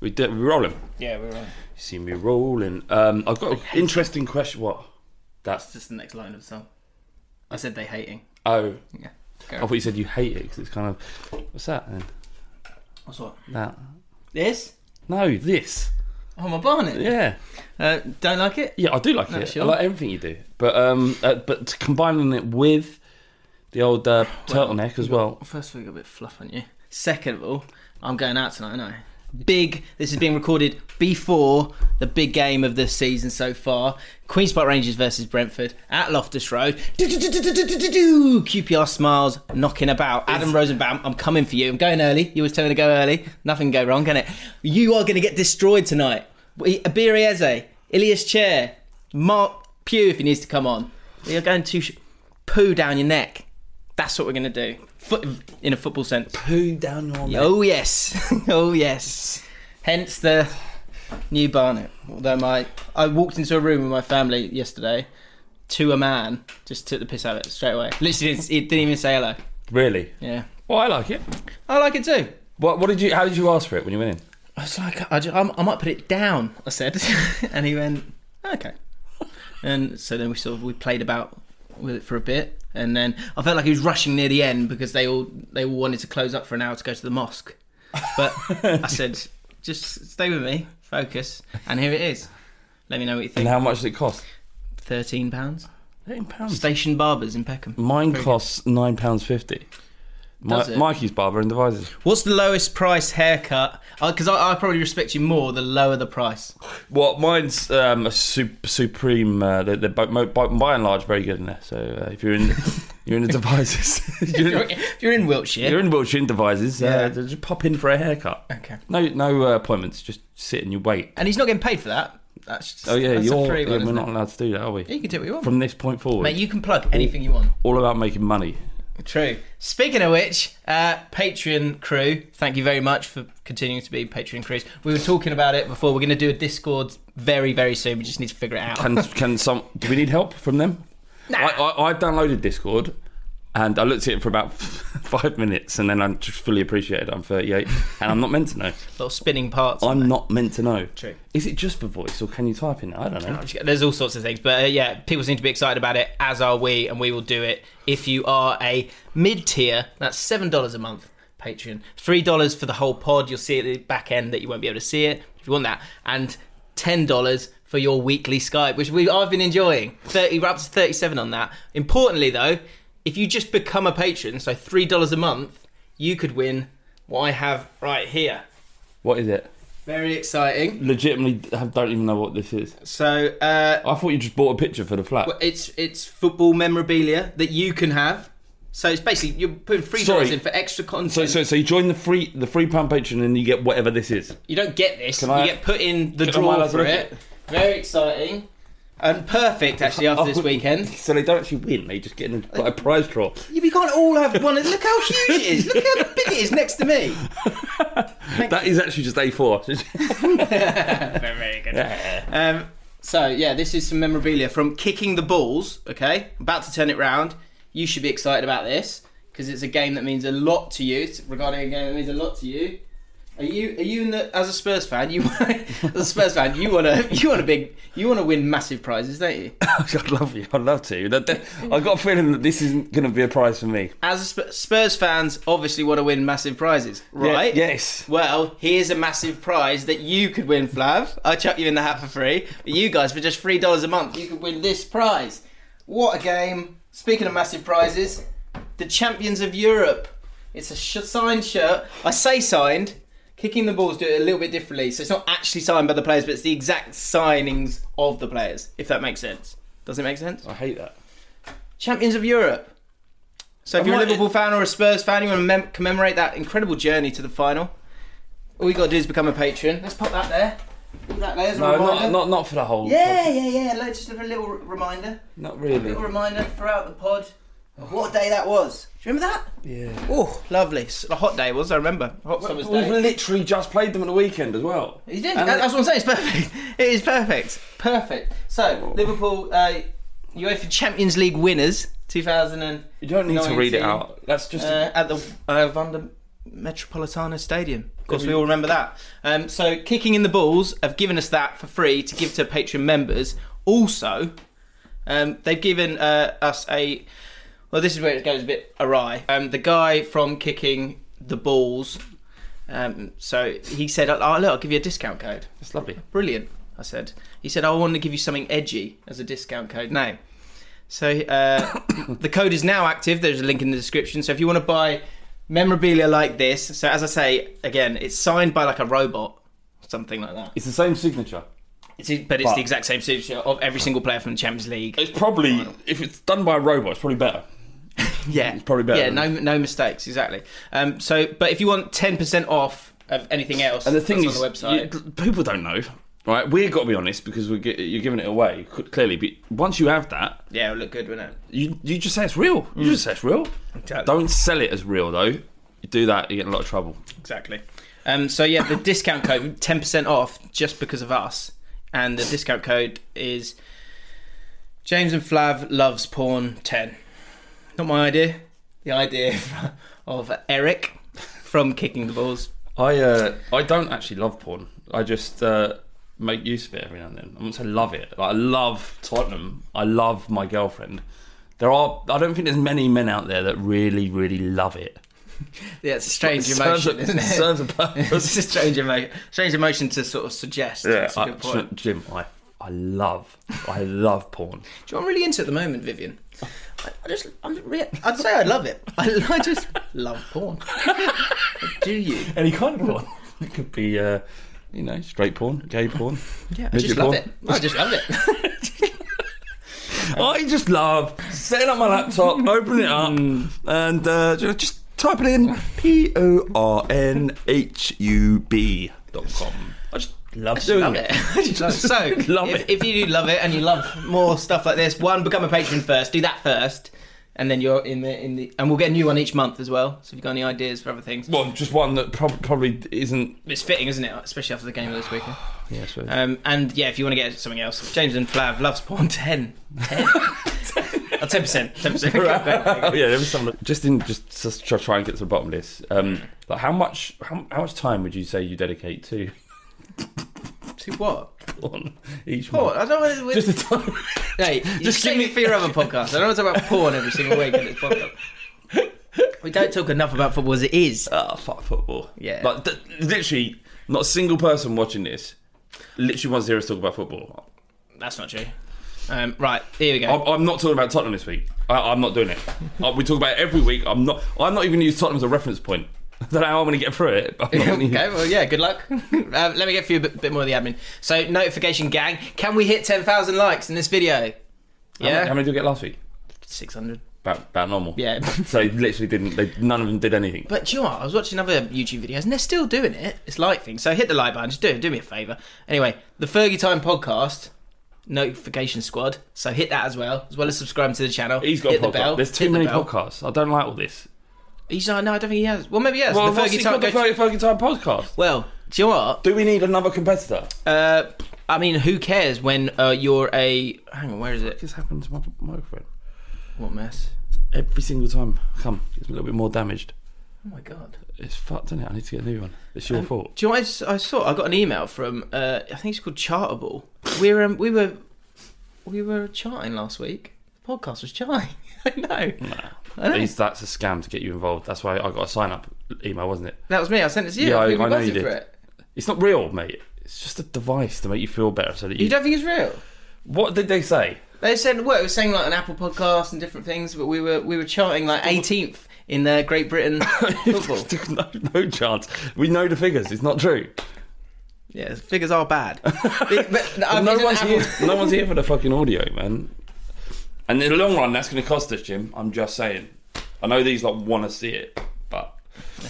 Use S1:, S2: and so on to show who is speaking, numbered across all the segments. S1: We do, we rolling.
S2: Yeah, we're on.
S1: You see me rolling. Um, I've got an interesting question. What?
S2: It's
S1: That's
S2: just the next line of the song. I said they hating.
S1: oh.
S2: Yeah.
S1: I thought you said you hate it because it's kind of what's that then?
S2: What's what?
S1: That
S2: This?
S1: no, this
S2: Oh, my Barnet.
S1: yeah
S2: Uh, don't like it?
S1: yeah I do like
S2: No,
S1: it.
S2: sure.
S1: I like everything you do, but um, uh, but combining it with the old uh, turtleneck as well.
S2: First of all, you got a bit of fluff on you. Second of all, I'm going out tonight, aren't I? Big. This is being recorded before the big game of the season so far. Queen's Park Rangers versus Brentford at Loftus Road. Do-do-do-do-do-do-do-do. QPR smiles knocking about. Adam Rosenbaum, I'm coming for you. I'm going early. You was telling me to go early. Nothing can go wrong, can it? You are going to get destroyed tonight. Abir Eze, Ilias Chair, Mark Pugh if he needs to come on. You're going to sh- poo down your neck. That's what we're going to do. Foot, in a football sense.
S1: Poo down your neck.
S2: Oh, yes. oh, yes. Hence the new Barnet. Although my, I walked into a room with my family yesterday to a man, just took the piss out of it straight away. Literally, didn't, it didn't even say hello.
S1: Really?
S2: Yeah.
S1: Well, I like it.
S2: I like it too.
S1: What? What did you? How did you ask for it when you went in?
S2: I was like, I, ju- I'm- I might put it down, I said. and he went, okay. And so then we sort of, we played about with it for a bit. And then I felt like he was rushing near the end because they all, they all wanted to close up for an hour to go to the mosque. But I said, just stay with me, focus. And here it is. Let me know what you
S1: And
S2: think.
S1: how much did it cost?
S2: Thirteen pounds.
S1: Eighteen pounds.
S2: Station barbers in Peckham.
S1: Mine costs nine pounds fifty. Mi-
S2: Does it?
S1: Mikey's barber in Devizes.
S2: What's the lowest price haircut? Because I, I probably respect you more the lower the price.
S1: Well, mine's um, a sup- supreme. Uh, they're, they're by, by, by and large very good in there. So uh, if you're in, you're in the Devizes, you're, in,
S2: If you're in Wiltshire.
S1: you're in Wiltshire in Devizes.
S2: Yeah.
S1: Uh, just pop in for a haircut.
S2: okay.
S1: No, no uh, appointments. Just sit and you wait.
S2: And he's not getting paid for that. That's just,
S1: Oh yeah,
S2: that's
S1: you're.
S2: a free
S1: yeah,
S2: one,
S1: we're
S2: isn't
S1: not
S2: it?
S1: allowed to do that, are we?
S2: Yeah, you can do what you want.
S1: From this point forward,
S2: Mate, you can plug anything you want.
S1: all about making money.
S2: True. Speaking of which, uh, Patreon crew, thank you very much for continuing to be Patreon crews. We were talking about it before. We're going to do a Discord very, very soon. We just need to figure it out.
S1: Can can some? Do we need help from them?
S2: Nah.
S1: I, I I downloaded Discord, and I looked at it for about five minutes, and then I just fully appreciated I'm 38, and I'm not meant to know.
S2: Little spinning parts.
S1: I'm not meant to know.
S2: True.
S1: Is it just for voice, or can you type in? I don't know.
S2: There's all sorts of things, but uh, yeah, people seem to be excited about it, as are we, and we will do it. If you are a mid tier, that's seven dollars a month Patreon, three dollars for the whole pod. You'll see at the back end that you won't be able to see it if you want that, and ten dollars for your weekly Skype, which we I've been enjoying. Thirty, we're up to thirty-seven on that. Importantly, though, if you just become a patron, so three dollars a month, you could win what I have right here.
S1: What is it?
S2: Very exciting.
S1: Legitimately, I don't even know what this is.
S2: So. Uh,
S1: I thought you just bought a picture for the flat.
S2: Well, it's it's football memorabilia that you can have. So it's basically you're putting three dollars
S1: Sorry.
S2: in for extra content.
S1: so, so, so you join the free the free pound patron, and you get whatever this is.
S2: you don't get this. You
S1: Can I-
S2: get put in the
S1: Can I have
S2: draw
S1: a
S2: for
S1: look
S2: it. Very exciting and perfect actually after this
S1: Oh.
S2: weekend.
S1: So they don't actually win; they just get in a, like a prize draw.
S2: You we can't all have one. Look how huge it is. Look how big it is next to me.
S1: That is actually just A4.
S2: very, very good.
S1: Uh-uh.
S2: Um, so yeah, this is some memorabilia from kicking the balls. Okay, about to turn it round. You should be excited about this because it's a game that means a lot to you. It's regarding a game that means a lot to you. Are you are you in the as a Spurs fan? You as a Spurs fan, you want to you want to big you want to win massive prizes, don't you?
S1: I'd love you. I'd love to. That- that- I got a feeling that this isn't going to be a prize for me.
S2: As a Sp- Spurs fans, obviously want to win massive prizes, right?
S1: Ye- yes.
S2: Well, here's a massive prize that you could win, Flav. I chuck you in the hat for free. But you guys, for just three dollars a month, you could win this prize. What a game! Speaking of massive prizes, the champions of Europe. It's a sh- signed shirt. I say signed. Kicking the balls do it a little bit differently, so it's not actually signed by the players, but it's the exact signings of the players. If that makes sense. Does it make sense?
S1: I hate that.
S2: Champions of Europe. So if
S1: I
S2: you're a
S1: might-
S2: Liverpool fan or a Spurs fan, you want to mem- commemorate that incredible journey to the final. All you got to do is become a patron. Let's pop that there. Put that there as a
S1: No,
S2: reminder.
S1: not, not not for the whole.
S2: yeah, yeah, yeah. Let's just have a little r- reminder.
S1: Not
S2: A
S1: really.
S2: little reminder throughout the pod of what day that was. Do you remember that?
S1: Yeah.
S2: Oh, lovely. S- A hot day it was, I remember. Hot summer's
S1: We've
S2: day.
S1: literally just played them at the weekend as well.
S2: You did.
S1: And-
S2: That- That's what I'm saying. It's perfect. It is perfect. Perfect. So, Liverpool, uh, UEFA Champions League winners, 2000 and
S1: You don't need to read it
S2: 19,
S1: out. That's just.
S2: uh, at the uh, Vander Metropolitano Stadium. Of course, we all remember that. Um, so, Kicking in the Balls have given us that for free to give to Patreon members. Also, um, they've given uh, us a. Well, this is where it goes a bit awry. Um, the guy from Kicking the Balls. Um, so he said, "Oh, look, I'll give you a discount code."
S1: It's lovely.
S2: Brilliant, I said. He said, I want to give you something edgy as a discount code now. So uh, the code is now active. There's a link in the description. So if you want to buy memorabilia like this, so as I say, again, it's signed by like a robot, something like that.
S1: It's the same signature.
S2: It's, but it's
S1: But-
S2: the exact same signature of every single player from the Champions League.
S1: It's probably if it's done by a robot, it's probably better.
S2: Yeah,
S1: It's probably better
S2: Yeah,
S1: than-
S2: no, no mistakes, exactly. Um, so, but if you want ten percent off of anything else,
S1: And the thing
S2: that's
S1: is,
S2: on the website,
S1: you- people don't know, right? We've got to be honest because we're gi- you're giving it away c- clearly. But once you have that,
S2: yeah, it'll look good, wouldn't it?
S1: you you just say it's real. You just say it's real.
S2: Exactly.
S1: Don't sell it as real though. You do that, you get in a lot of trouble.
S2: Exactly. Um, so yeah, the discount code ten percent off just because of us, and the discount code is James and Flav loves porn ten. Not my idea. The idea of Eric from Kicking the Balls.
S1: I uh, I don't actually love porn. I just uh, make use of it every now and then. I wouldn't say love it. Like, I love Tottenham. I love my girlfriend. There are. I don't think there's many men out there that really, really love it.
S2: Yeah, it's a strange
S1: serves
S2: emotion,
S1: a,
S2: isn't it?
S1: serves a purpose.
S2: it's a strange emotion. Strange emotion to sort of suggest. That's a
S1: I-
S2: good point.
S1: Jim, I I love I love porn.
S2: Do you know what I'm really into at the moment, Vivian? I, I just, I'm re- I'd say I love it. I, I just love porn. Do you?
S1: Any kind of porn. It could be, uh, you know, straight porn, gay porn.
S2: Yeah, I
S1: Midget
S2: just
S1: porn.
S2: love it. I just love it.
S1: I just love setting up my laptop, opening it up, and uh, ju- just typing in p o r n h u b dot com. I just love doing
S2: love
S1: it.
S2: it. I just love it. So,
S1: Love
S2: if,
S1: it.
S2: if you do love it and you love more stuff like this, one, become a patron first. Do that first, and then you're in the in the. And we'll get a new one each month as well. So if you've got any ideas for other things,
S1: Well, just one that prob- probably isn't.
S2: it's fitting, isn't it? Especially after the game this weekend.
S1: Yeah, so
S2: Um, and yeah, if you want to get something else, James and Flav loves porn ten. Oh, Ten percent, ten percent.
S1: oh yeah, there was some. Just in, just, just try, try and get to the bottom of this. Um, like how much, how, how much time would you say you dedicate to
S2: To what?
S1: porn each
S2: Porn?
S1: month?
S2: I don't want to.
S1: Just the time.
S2: Hey, just give me for your other podcast. I don't want to talk about porn every single week on this podcast. We don't talk enough about football as it is.
S1: Ah, fuck football.
S2: Yeah.
S1: Like, th- literally, not a single person watching this literally wants to hear us talk about football.
S2: That's not true. Um, right, here we go.
S1: I'm, I'm not talking about Tottenham this week. I, I'm not doing it. Uh, we talk about it every week. I'm not. I'm not even use Tottenham as a reference point. I don't know how I'm going to get through it. But I'm not gonna use-
S2: okay, well, yeah, good luck. um, let me get for you a bit, bit more of the admin. So, notification gang, can we hit 10,000 likes in this video?
S1: How many-
S2: Yeah?
S1: How many did we get last week?
S2: 600.
S1: About, about normal.
S2: Yeah.
S1: So they literally didn't. They, none of them did anything.
S2: But do you know what? I was watching other YouTube videos and they're still doing it. It's like thing. So hit the like button. Just do it. Do me a favour. Anyway, the Fergie Time podcast notification squad. So hit that as well, as well as subscribing to the channel.
S1: He's got
S2: hit
S1: a
S2: the bell.
S1: podcast. There's too
S2: hit the
S1: many
S2: bell.
S1: podcasts. I don't like all this.
S2: He's uh, no, I don't think he has. Well, maybe he has.
S1: Well,
S2: the
S1: what's
S2: Fergie
S1: he
S2: Time.
S1: called? The
S2: Go-
S1: Fergie Fergie Time podcast.
S2: well, do you know what?
S1: Do we need another competitor?
S2: Uh, I mean, who cares when uh, you're a? Hang on, where is it?
S1: This happened to my microphone.
S2: What mess?
S1: Every single time. Come, it's a little bit more damaged.
S2: Oh my god!
S1: It's fucked, isn't it? I need to get a new one. It's your fault.
S2: Do you know what I, s- I saw? I got an email from uh, I think it's called Chartable. We were um, we were we were charting last week. The podcast was charting. I know. I know.
S1: These- That's a scam to get you involved. That's why I got a sign up email, wasn't it?
S2: That was me. I sent it to you.
S1: Yeah, I-
S2: think we
S1: I know
S2: buzzed
S1: you
S2: it for
S1: did.
S2: it.
S1: It's not real, mate. It's just a device to make you feel better. So that you,
S2: You don't think it's real?
S1: what did they say?
S2: They said what it was saying like an Apple podcast and different things, but we were we were charting like 18th in uh, Great Britain football.
S1: no, no chance. We know the figures. It's not true.
S2: yeah, figures are bad. but, I've
S1: no
S2: used an
S1: one's
S2: Apple-
S1: here. No one's here for the fucking audio, man. And in the long run, that's going to cost us, Jim. I'm just saying. I know these like want to see it, but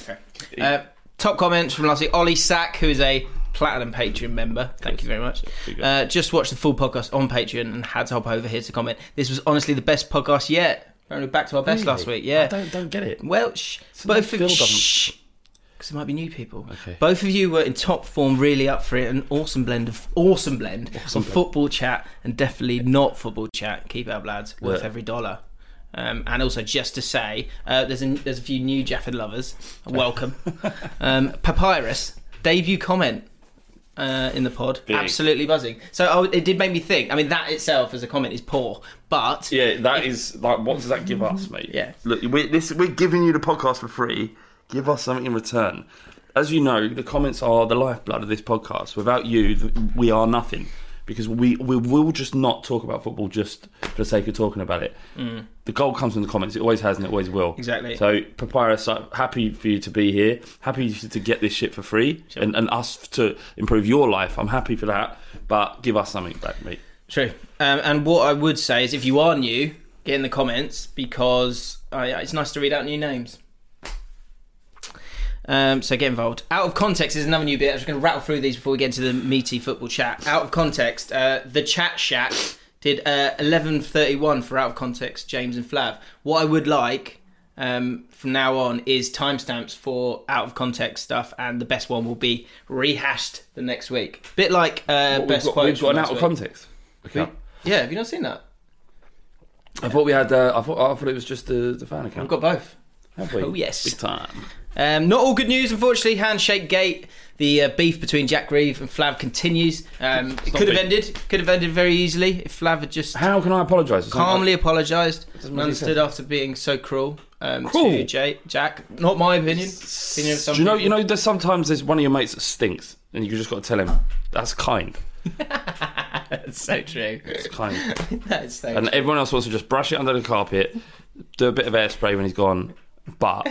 S2: Okay. Uh, top comments from last week. Ollie Sack, who is a platinum Patreon member. Thank you very much.
S1: Big up.
S2: Uh, just watched the full podcast on Patreon and had to hop over here to comment. This was honestly the best podcast yet. Apparently back to our best last
S1: Really? I
S2: week. Yeah.
S1: don't don't get it.
S2: Well, shh.
S1: So
S2: Both
S1: they
S2: of
S1: still don't-
S2: shh. Because it might be new people.
S1: Okay.
S2: Both of you were in top form, really up for it. An awesome blend of awesome blend
S1: Awesome
S2: of
S1: blend.
S2: football chat and definitely not football chat. Keep it up, lads. Worth
S1: Yeah.
S2: every dollar. Um, and also, just to say, uh, there's a, there's a few new Jafford lovers. Welcome, um, Papyrus debut comment uh, in the pod.
S1: Big.
S2: Absolutely buzzing. So oh, it did make me think. I mean, that itself as a comment is poor, but
S1: Yeah, that is like, what does that give us, mate?
S2: Yeah.
S1: look, we're, this, we're giving you the podcast for free. Give us something in return. As you know, the comments are the lifeblood of this podcast. Without you, th- we are nothing because we we will just not talk about football just for the sake of talking about it. The goal comes from the comments. It always has and it always will.
S2: Exactly.
S1: So, Papyrus, I'm happy for you to be here. Happy to get this shit for free and, and us to improve your life. I'm happy for that. But give us something back, mate.
S2: True. Um, and what I would say is, if you are new, get in the comments because uh, yeah, it's nice to read out new names. Um, so get involved. Out of context is another new bit. I'm just going to rattle through these before we get into the meaty football chat. Out of context, uh, the chat shack did uh, 11:31 for out of context. James and Flav. What I would like um, from now on is timestamps for out of context stuff, and the best one will be rehashed the next week. Bit like uh,
S1: We've
S2: best
S1: got,
S2: quote.
S1: we've got an out of context. Okay.
S2: Yeah, have you not seen that?
S1: I thought we had. Uh, I thought. I thought it was just the, the fan account.
S2: I've got both.
S1: Have we?
S2: Oh, yes.
S1: Big time.
S2: Um, not all good news, unfortunately. Handshake Gate, the uh, beef between Jack Reeve and Flav continues. Um, it
S1: not
S2: could have
S1: big.
S2: ended. Could have ended very easily if Flav had just
S1: How can I apologise?
S2: calmly apologised and
S1: make any
S2: understood after being so cruel, um, to
S1: Cruel?
S2: J- Jack. Not my opinion. opinion of some
S1: Do you know?
S2: people.
S1: You know. There's sometimes there's one of your mates that stinks, and you just got to tell him that's kind.
S2: That's so true.
S1: It's kind.
S2: That's so
S1: and everyone else wants to just brush it under the carpet, do a bit of air spray when he's gone. But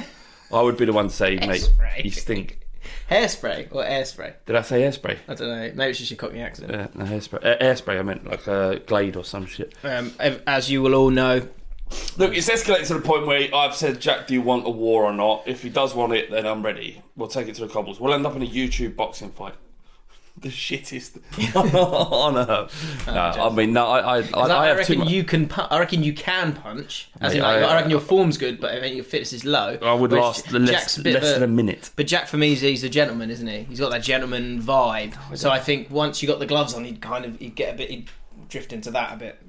S1: I would be the one to say, mate,
S2: spray.
S1: you stink.
S2: true. Hairspray or air spray?
S1: Did I say air spray?
S2: I don't know. Maybe it's just your Cockney accent.
S1: Yeah, no, hair spray. Uh, air spray. I meant like uh, Glade or some shit.
S2: Um, ev- as you will all know,
S1: Look, it's escalated to the point where I've said, Jack, do you want a war or not? If he does want it, then I'm ready. We'll take it to the cobbles. We'll end up in a YouTube boxing fight. The shittest on earth. No, I mean, no, I, I, I,
S2: 'cause I,
S1: I have too
S2: reckon
S1: much.
S2: you can. Pu- I reckon you can punch. As in,
S1: Mate,
S2: like, I,
S1: I-
S2: reckon your form's good, but I think your fitness is low.
S1: I would
S2: Whereas
S1: last
S2: J-
S1: less,
S2: Jack's a bit of
S1: less
S2: a-
S1: than a minute.
S2: But Jack for me, he's- he's a gentleman, isn't he? He's got that gentleman vibe.
S1: Oh,
S2: So I think once you got the gloves on, he'd kind of he'd get a bit, he'd drift into that a bit,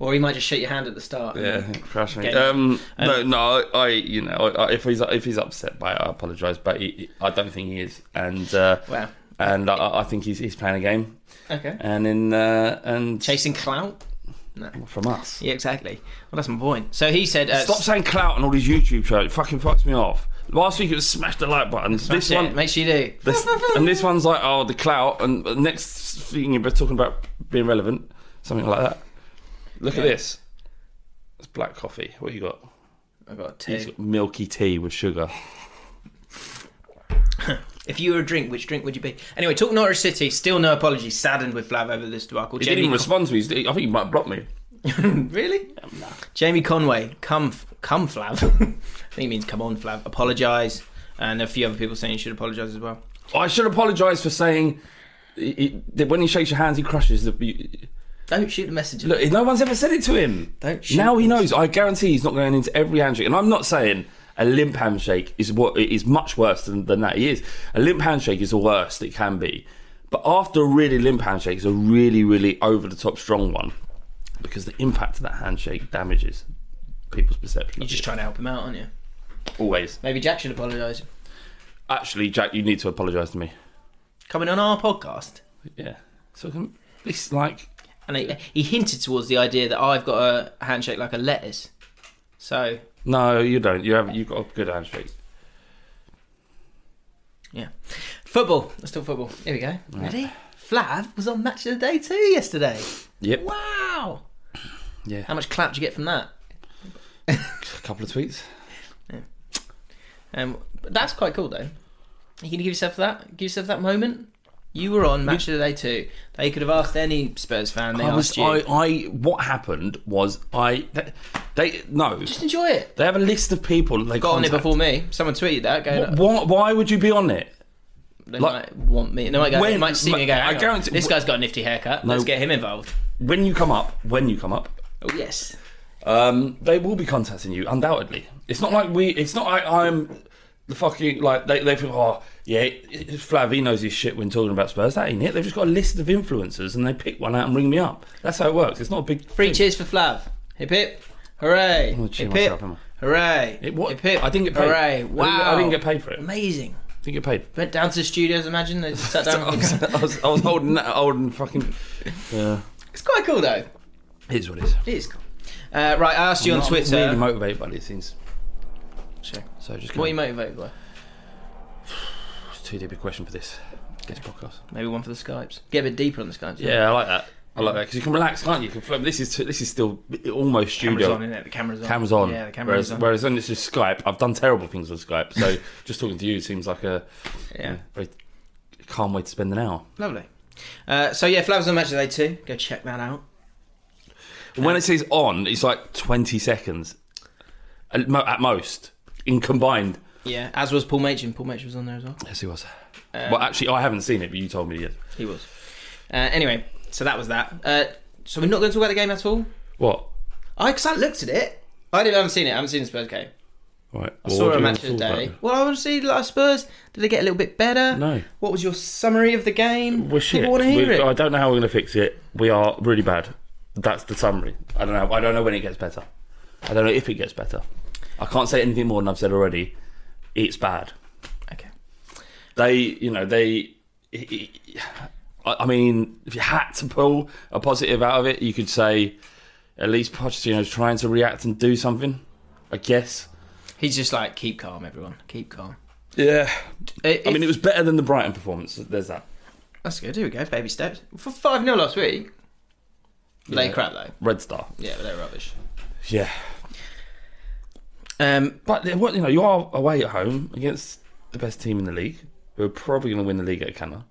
S2: or he might just shake your hand at the start.
S1: Yeah, crash me.
S2: Okay.
S1: Um, no, no, I, I you know, I, I, if he's if he's upset by it, I apologise, but he, he- I don't think he is, and uh,
S2: Wow.
S1: and I, I think he's he's playing a game,
S2: Okay.
S1: and in uh, and
S2: Chasing clout.
S1: from us.
S2: Yeah, exactly. Well, that's my point. So he said, uh,
S1: Stop saying clout on all these YouTube shows. It fucking fucks me off. Last week it was smash the like button. this
S2: shit,
S1: one,
S2: Make sure you do.
S1: this, and this one's like oh the clout, and the next thing you're talking about being relevant, something like that. Look at
S2: Yeah.
S1: this. It's black coffee. What you got?
S2: I got
S1: It's
S2: two.
S1: got milky tea with sugar.
S2: If you were a drink, which drink would you be? Anyway, talk Norwich City. Still no apologies. Saddened with Flav over this debacle.
S1: He didn't even respond to me. He's- I think he might have blocked me.
S2: really? Jamie Conway, come, f- come, Flav. I think he means come on, Flav. Apologise, and a few other people saying you should apologise as well.
S1: I should apologise for saying he- he- that when he shakes your hands, he crushes. The, you,
S2: Don't shoot the messenger.
S1: look, no one's ever said it to him.
S2: Don't shoot
S1: now he knows. I guarantee he's not going into every handshake. And I'm not saying a limp handshake is what is much worse than, than that. He is a limp handshake is the worst it can be. But after a really limp handshake is a really, really over the top strong one because the impact of that handshake damages people's perception.
S2: You're
S1: of
S2: just
S1: it.
S2: trying to help him out, aren't you?
S1: always.
S2: Maybe Jack should apologise.
S1: Actually, Jack, you need to apologise to me.
S2: Coming on our podcast,
S1: Yeah. So can- it's like
S2: and he, he hinted towards the idea that I've got a handshake like a lettuce. So
S1: no, you don't. You have you've got a good handshake.
S2: yeah, football. Let's talk football. Here we go. Ready? Flav was on Match of the Day too yesterday.
S1: Yep.
S2: Wow.
S1: Yeah.
S2: How much clap do you get from that?
S1: A couple of tweets.
S2: Um, but that's quite cool, though. You gonna give yourself that? Give yourself that moment. You were on match of the day too. They could have asked any Spurs fan. They
S1: I was
S2: asked you.
S1: I, I what happened was I they, they no
S2: Just enjoy it.
S1: they have a list of people that they
S2: Got on it
S1: contact.
S2: before me. Someone tweeted that. Going,
S1: Wh- Why, why would you be on it?
S2: they
S1: like-
S2: might want me. They might go. they
S1: When-
S2: might see me. and Go.
S1: I
S2: I guarantee
S1: guarantee-
S2: this guy's got a nifty haircut. Let's get him involved.
S1: When you come up, when you come up,
S2: Oh yes.
S1: um, they will be contacting you undoubtedly. It's not like we. It's not like I'm the fucking like they. They feel oh yeah, Flav he knows his shit when talking about Spurs. That ain't it. They've just got a list of influencers and they pick one out and ring me up. That's how it works. It's not a big
S2: Three
S1: thing.
S2: cheers for Flav. Hip hip. Hooray!
S1: I'm gonna cheer
S2: Hip, hip.
S1: myself, am I?
S2: Hooray!
S1: It what?
S2: Hip, hip.
S1: I didn't get paid.
S2: Hooray.
S1: I didn't-
S2: Wow.
S1: I didn't get paid for it. I
S2: Amazing.
S1: didn't get paid.
S2: Went down to the studios. Imagine they just sat
S1: So
S2: down.
S1: I, was, I, was, I was holding that old and fucking. Yeah,
S2: it's quite cool though.
S1: it is what it is.
S2: It is cool. Uh, right, I asked you
S1: I'm
S2: on
S1: not
S2: Twitter.
S1: Really motivated by these things.
S2: Sure.
S1: So just
S2: What are you
S1: gonna-
S2: motivated by?
S1: it's too deep a question for this. Guess podcast.
S2: Maybe one for the Skypes. Get a bit deeper on the Skypes.
S1: Yeah, I like that. I like that because you can relax, can't you? you can float. This is too, this is still almost
S2: Camera's
S1: studio.
S2: on, isn't it? The camera's on.
S1: Cameras on.
S2: Yeah, the
S1: whereas,
S2: camera's on.
S1: Whereas when it's just Skype, I've done terrible things on Skype. So just talking to you seems like a
S2: yeah.
S1: you know, very calm way to spend an hour.
S2: Lovely. Uh, so yeah, Flowers on Match Day two. Go check that out.
S1: And when it says on, it's like 20 seconds at, mo- at most in combined.
S2: Yeah, as was Paul Machin. Paul Machin was on there as well.
S1: Yes, it was.
S2: Um,
S1: well, actually, I haven't seen it, but you told me yes.
S2: He was. Uh, anyway, so that was that. Uh, so we're not going to talk about the game at all.
S1: What?
S2: I because I looked at it. I didn't. I haven't seen it. I haven't seen the Spurs game.
S1: Right.
S2: I saw a match of the day. Well, I want to see like Spurs. Did they get a little bit better?
S1: No.
S2: What was your summary of the game?
S1: We're shit.
S2: People want to hear
S1: We-
S2: it.
S1: I don't know how we're going to fix it. We are really bad. That's the summary. I don't know. I don't know when it gets better. I don't know if it gets better. I can't say anything more than I've said already. It's bad.
S2: Okay.
S1: They, you know, they. I I mean, if you had to pull a positive out of it, you could say at least Pochettino's trying to react and do something. I guess.
S2: He's just like keep calm, everyone. Keep calm.
S1: Yeah.
S2: If-
S1: I mean, it was better than the Brighton performance. There's that.
S2: That's good. Here we go. Baby steps. For 5 0 last week. They
S1: Yeah.
S2: crap, though.
S1: Red Star.
S2: Yeah, but they're rubbish.
S1: Yeah.
S2: Um,
S1: But they- what you know, you are away at home against the best team in the league, who are probably going to win the league at Canna.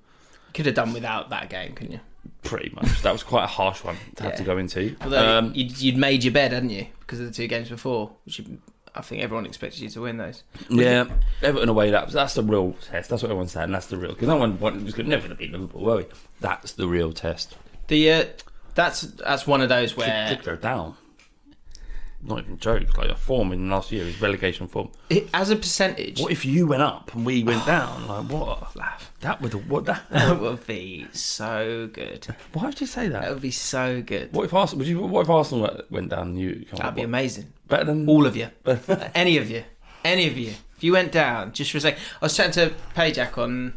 S2: could have done without that game, couldn't you?
S1: Pretty much. That was quite a harsh one to have
S2: Yeah.
S1: to go into.
S2: Although
S1: Um,
S2: you'd, you'd made your bed, hadn't you? Because of the two games before. Which you, I think everyone expected you to win those.
S1: yeah, Everton away. That that's the real test. That's what everyone's saying. That's the real because no one wanted, was gonna- never going to beat Liverpool, were we? That's the real test.
S2: The uh, that's that's one of those
S1: Could,
S2: where,
S1: could go down. Not even joke. Like a form in last year is relegation form.
S2: it, as a percentage,
S1: What if you went up and we went down? Like what?
S2: laugh.
S1: That would what that?
S2: That would be so good.
S1: Why would you say
S2: That
S1: that?
S2: would be so good.
S1: What if Arsenal? Would you? What if Arsenal went- went down? And you come
S2: That'd
S1: up?
S2: be amazing.
S1: better than
S2: All of you. any of you, any of you, if you went down just for a second, I was chatting to Payjack on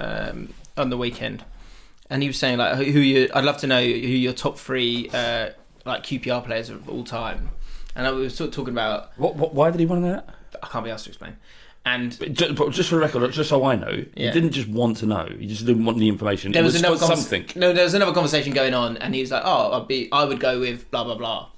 S2: um, on the weekend, and he was saying like, who who you? I'd love to know who your top three uh, like QPR players of all time, and I, we were sort of talking about.
S1: What, what, why did he want to know that?
S2: I can't be asked to explain. And
S1: But ju- but just for the record, just so I know,
S2: Yeah.
S1: he didn't just want to know. He just didn't want the information.
S2: there
S1: it
S2: was, another
S1: got
S2: convers-
S1: something.
S2: No, there was another conversation going on, and he was like, "Oh, I'd be, I would go with blah blah blah."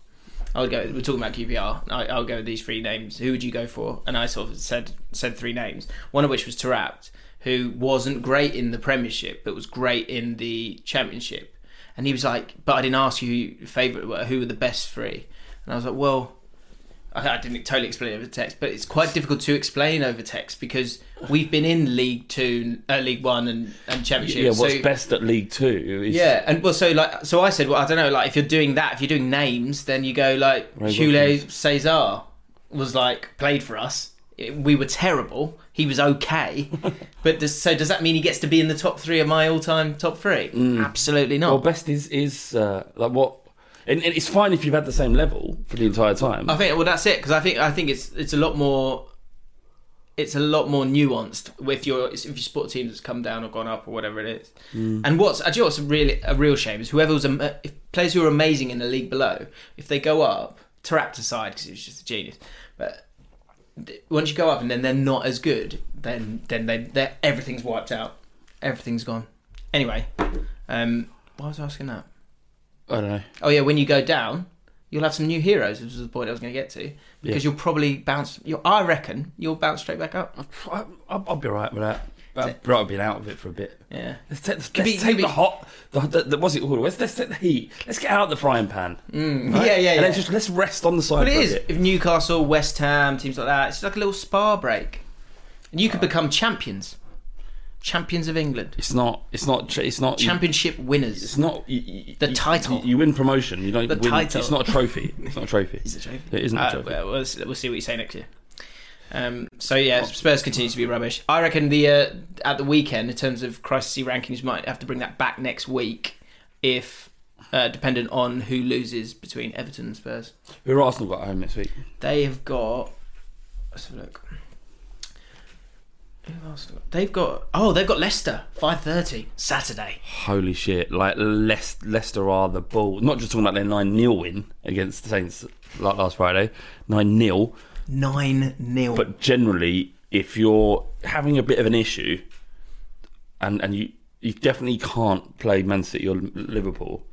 S2: I would go. We're talking about QPR. I, I would go with these three names. Who would you go for? And I sort of said said three names. One of which was Tarapt, who wasn't great in the Premiership, but was great in the Championship. And he was like, "But I didn't ask you who favorite. were- Who were the best three? And I was like, "Well." I I didn't totally explain it over text, but it's quite difficult to explain over text because we've been in League Two, uh, League One, and, and Championship.
S1: Yeah, what's
S2: so-
S1: best at League Two is
S2: yeah, and well, so like, so I said, well, I don't know, like, if you're doing that, if you're doing names, then you go like
S1: Ray
S2: Julio Cesar was like played for us. It- We were terrible. He was okay, but does, so does that mean he gets to be in the top three of my all-time top three? Absolutely not.
S1: Well, best is is uh, like what, and, and it's fine if you've had the same level for the entire time.
S2: I think well, that's it because I think I think it's it's a lot more. It's a lot more nuanced with your if your sport team that's come down or gone up or whatever it is. And what's actually what's really a real shame is whoever was am- if players who are amazing in the league below, if they go up, Tarapta aside because he was just a genius, but th- once you go up and then they're not as good, then then they they everything's wiped out, everything's gone. Anyway, um, why was I asking that?
S1: I don't know.
S2: Oh yeah, when you go down, you'll have some new heroes. Which is the point I was going to get to because you'll probably bounce. You'll, I reckon you'll bounce straight back up.
S1: I, I'll, I'll be all right with that. I've right, I've been out of it for a bit.
S2: Yeah,
S1: Let's, take- let's
S2: Could be-
S1: take
S2: could be-
S1: the hot. The, the, the, what's it called? Let's, let's take the heat. Let's get out of the frying pan. right?
S2: Mm. yeah, yeah,
S1: And
S2: yeah.
S1: then just let's rest on the side.
S2: but it
S1: for a
S2: is
S1: bit.
S2: if Newcastle, West Ham, teams like that. It's like a little spa break, and you could become champions, champions of England,
S1: It's not. It's not. It's not. you-
S2: championship
S1: It's
S2: winners.
S1: not you, you-
S2: The
S1: you-
S2: title.
S1: You, win promotion. You don't
S2: The
S1: win.
S2: title.
S1: It's not a trophy. It's not a trophy.
S2: Is it a trophy?
S1: It isn't a
S2: Uh,
S1: trophy.
S2: well, we'll, see- we'll see what you say next year. Um, so yeah, Spurs continue to be rubbish. I reckon the uh, at the weekend in terms of crisis rankings might have to bring that back next week if uh, dependent on who loses between Everton and Spurs.
S1: Who are Arsenal got at home this week?
S2: They have got. Let's have a look. Who else? have they got? They've got. Oh, they've got Leicester. Five thirty Saturday.
S1: Holy shit! Like Leic- Leicester are the ball. Not just talking about their nine 0 win against the Saints like last Friday, nine 0
S2: Nine 0
S1: But generally, if you're having a bit of an issue, and and you you definitely can't play Man City or Liverpool,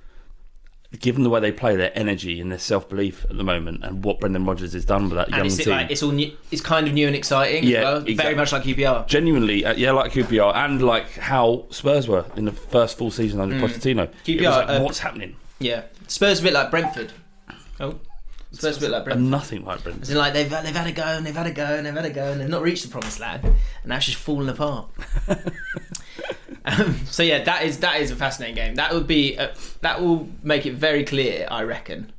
S1: given the way they play, their energy and their self belief at the moment, and what Brendan Rodgers has done with that
S2: and
S1: young
S2: it's,
S1: team,
S2: like, it's all new, it's kind of new and exciting. as
S1: Yeah,
S2: well. very
S1: exactly.
S2: much like QPR.
S1: genuinely, uh, yeah, like QPR and like how Spurs were in the first full season under Pochettino. It was
S2: QPR,
S1: like,
S2: Mm. uh,
S1: what's happening?
S2: Yeah, Spurs a bit like Brentford. Oh, Spurs a bit like Brentford.
S1: And nothing like Brendan.
S2: As in, like they've they've had a go and they've had a go and they've had a go and they've not reached the promised land, and that's just fallen apart. um, so yeah, that is that is a fascinating game. That would be uh that will make it very clear, I reckon,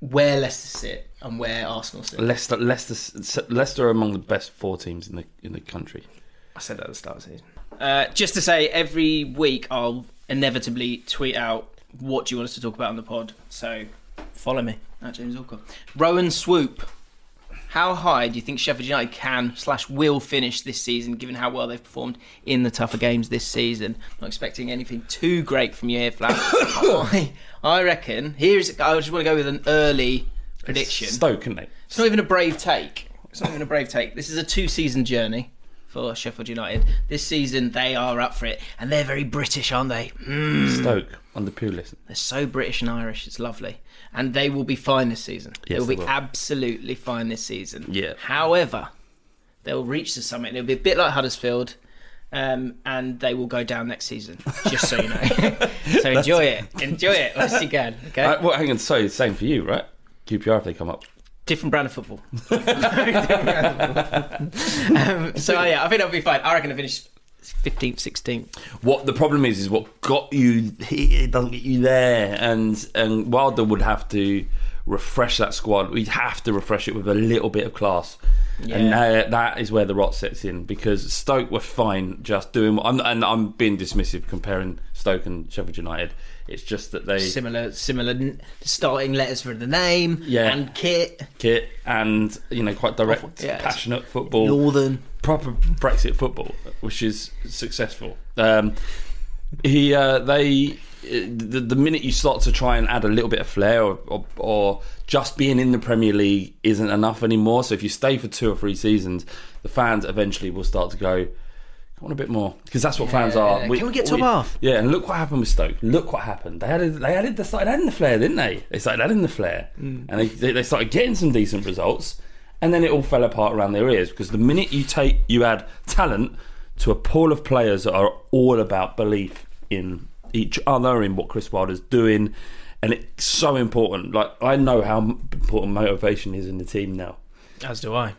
S2: where Leicester sit and where Arsenal sit.
S1: Leicester, Leicester, Leicester are among the best four teams in the in the country.
S2: I said that at the start of the season. Uh, just to say, every week I'll inevitably tweet out what do you want us to talk about on the pod. So follow me at James Alcott. Rowan Swoop. How high do you think Sheffield United can slash will finish this season, given how well they've performed in the tougher games this season? Not expecting anything too great from you here, Flav. I, I reckon here's. I just want to go with an early prediction.
S1: Stoke, couldn't they?
S2: It's not even a brave take. It's not even a brave take. This is a two season journey for Sheffield United. This season they are up for it and they're very British, aren't they? Mm.
S1: Stoke under Pulis.
S2: They're so British and Irish, it's lovely. And they will be fine this season.
S1: Yes,
S2: They'll
S1: they
S2: be
S1: will.
S2: absolutely fine this season.
S1: Yeah.
S2: However, they'll reach the summit and it'll be a bit like Huddersfield. Um, and they will go down next season, just so you know. so enjoy it. Enjoy it whilst you can. Okay.
S1: Uh, well, hang on. So same for you, right? QPR if they come up.
S2: different brand of football. Very different brand of football. um, so yeah, I think that'll be fine. I reckon I finish fifteenth, sixteenth.
S1: What the problem is is what got you here doesn't get you there, and and Wilder would have to refresh that squad. We'd have to refresh it with a little bit of class, and
S2: Yeah.
S1: that, that is where the rot sets in because Stoke were fine just doing. I'm, and I'm being dismissive comparing Stoke and Sheffield United. It's just that they
S2: Similar, similar n- starting letters for the name.
S1: Yeah.
S2: and kit.
S1: kit and you know quite direct,
S2: Yeah.
S1: passionate football.
S2: Northern.
S1: proper Brexit football, which is successful. Um, he, uh, they, the, the minute you start to try and add a little bit of flair, or, or, or just being in the Premier League isn't enough anymore. So if you stay for two or three seasons, the fans eventually will start to go. I want a bit more because that's what fans are.
S2: Yeah. Can we get top half?
S1: Yeah, and look what happened with Stoke. Look what happened. They added, they added, the, started adding the flair, didn't they? They started adding the flair, and they, they, they started getting some decent results, and then it all fell apart around their ears because the minute you take you add talent to a pool of players that are all about belief in each other, in what Chris Wilder's doing, and it's so important. Like I know how important motivation is in the team now
S2: As do I.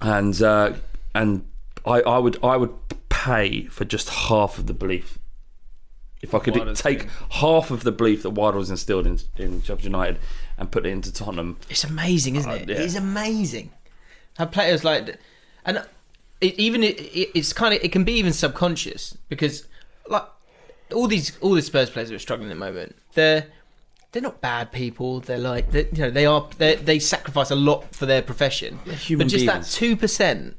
S1: and uh, and I, I would I would pay for just half of the belief. If I could
S2: Wilder's
S1: take
S2: thing.
S1: half of the belief that Wilder was instilled in in Sheffield United and put it into Tottenham,
S2: It's amazing, isn't
S1: Uh,
S2: it?
S1: yeah.
S2: It's amazing. How players like, th- and uh, it, even it, it, it's kind of it can be even subconscious because like all these all the Spurs players who are struggling at the moment. They're they're not bad people. They're like they you know they are they they sacrifice a lot for their profession.
S1: human
S2: but just
S1: beings.
S2: that two percent,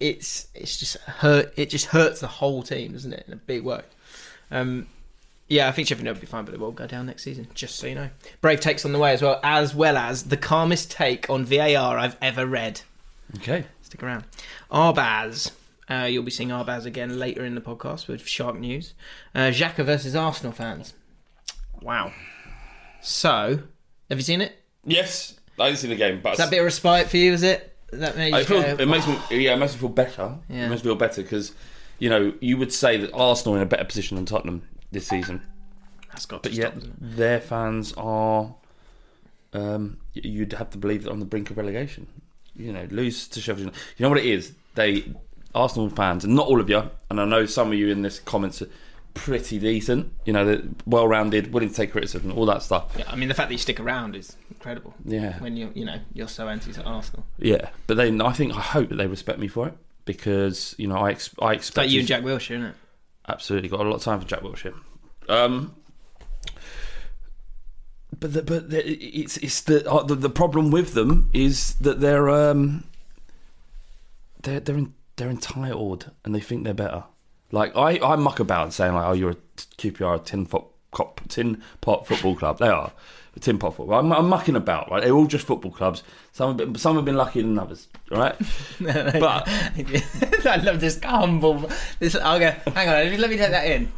S2: it's it's just hurt. It just hurts the whole team, doesn't it? In a big way. Um, yeah, I think Sheffield United will be fine, but they will go down next season. Just so you know, brave takes on the way as well, as well as the calmest take on VAR I've ever read.
S1: okay,
S2: Stick around. Arbaz. Uh, you'll be seeing Arbaz again later in the podcast with Shark News. Uh, Xhaka versus Arsenal fans. Wow. So, have you seen it?
S1: yes, I didn't see the game, but
S2: Is that a bit of respite for you, is it? Is That made you
S1: I feel,
S2: go,
S1: it makes me yeah, it makes me feel better.
S2: Yeah.
S1: It makes me feel better because you know you would say that Arsenal are in a better position than Tottenham this season,
S2: That's got to
S1: but
S2: stop,
S1: yet
S2: isn't it?
S1: their fans are. Um, y- you'd have to believe that on the brink of relegation. You know, lose to Sheffield. United. You know what it is? They Arsenal fans, and not all of you, and I know some of you in this comments are pretty decent. You know, they're well-rounded, willing to take criticism, all that stuff.
S2: Yeah, I mean, the fact that you stick around is incredible.
S1: Yeah,
S2: When you you know you're so anti to Arsenal,
S1: yeah. But then I think I hope that they respect me for it because you know I ex- I
S2: it's like
S1: expect
S2: you and Jack Wilshere, isn't it?
S1: Absolutely, got a lot of time for Jack Wilshere. Um, but the, but the, it's it's the, uh, the the problem with them is that they're um they're they're in, they're entitled and they think they're better. Like I I muck about saying like oh you're a t- QPR a tin pot cop, tin pot football club they are a tin pot football. I'm, I'm mucking about right. They're all just football clubs. Some have been, some have been luckier than others. All right, but
S2: I love this humble. This I'll go. Hang on, let me, let me take that in.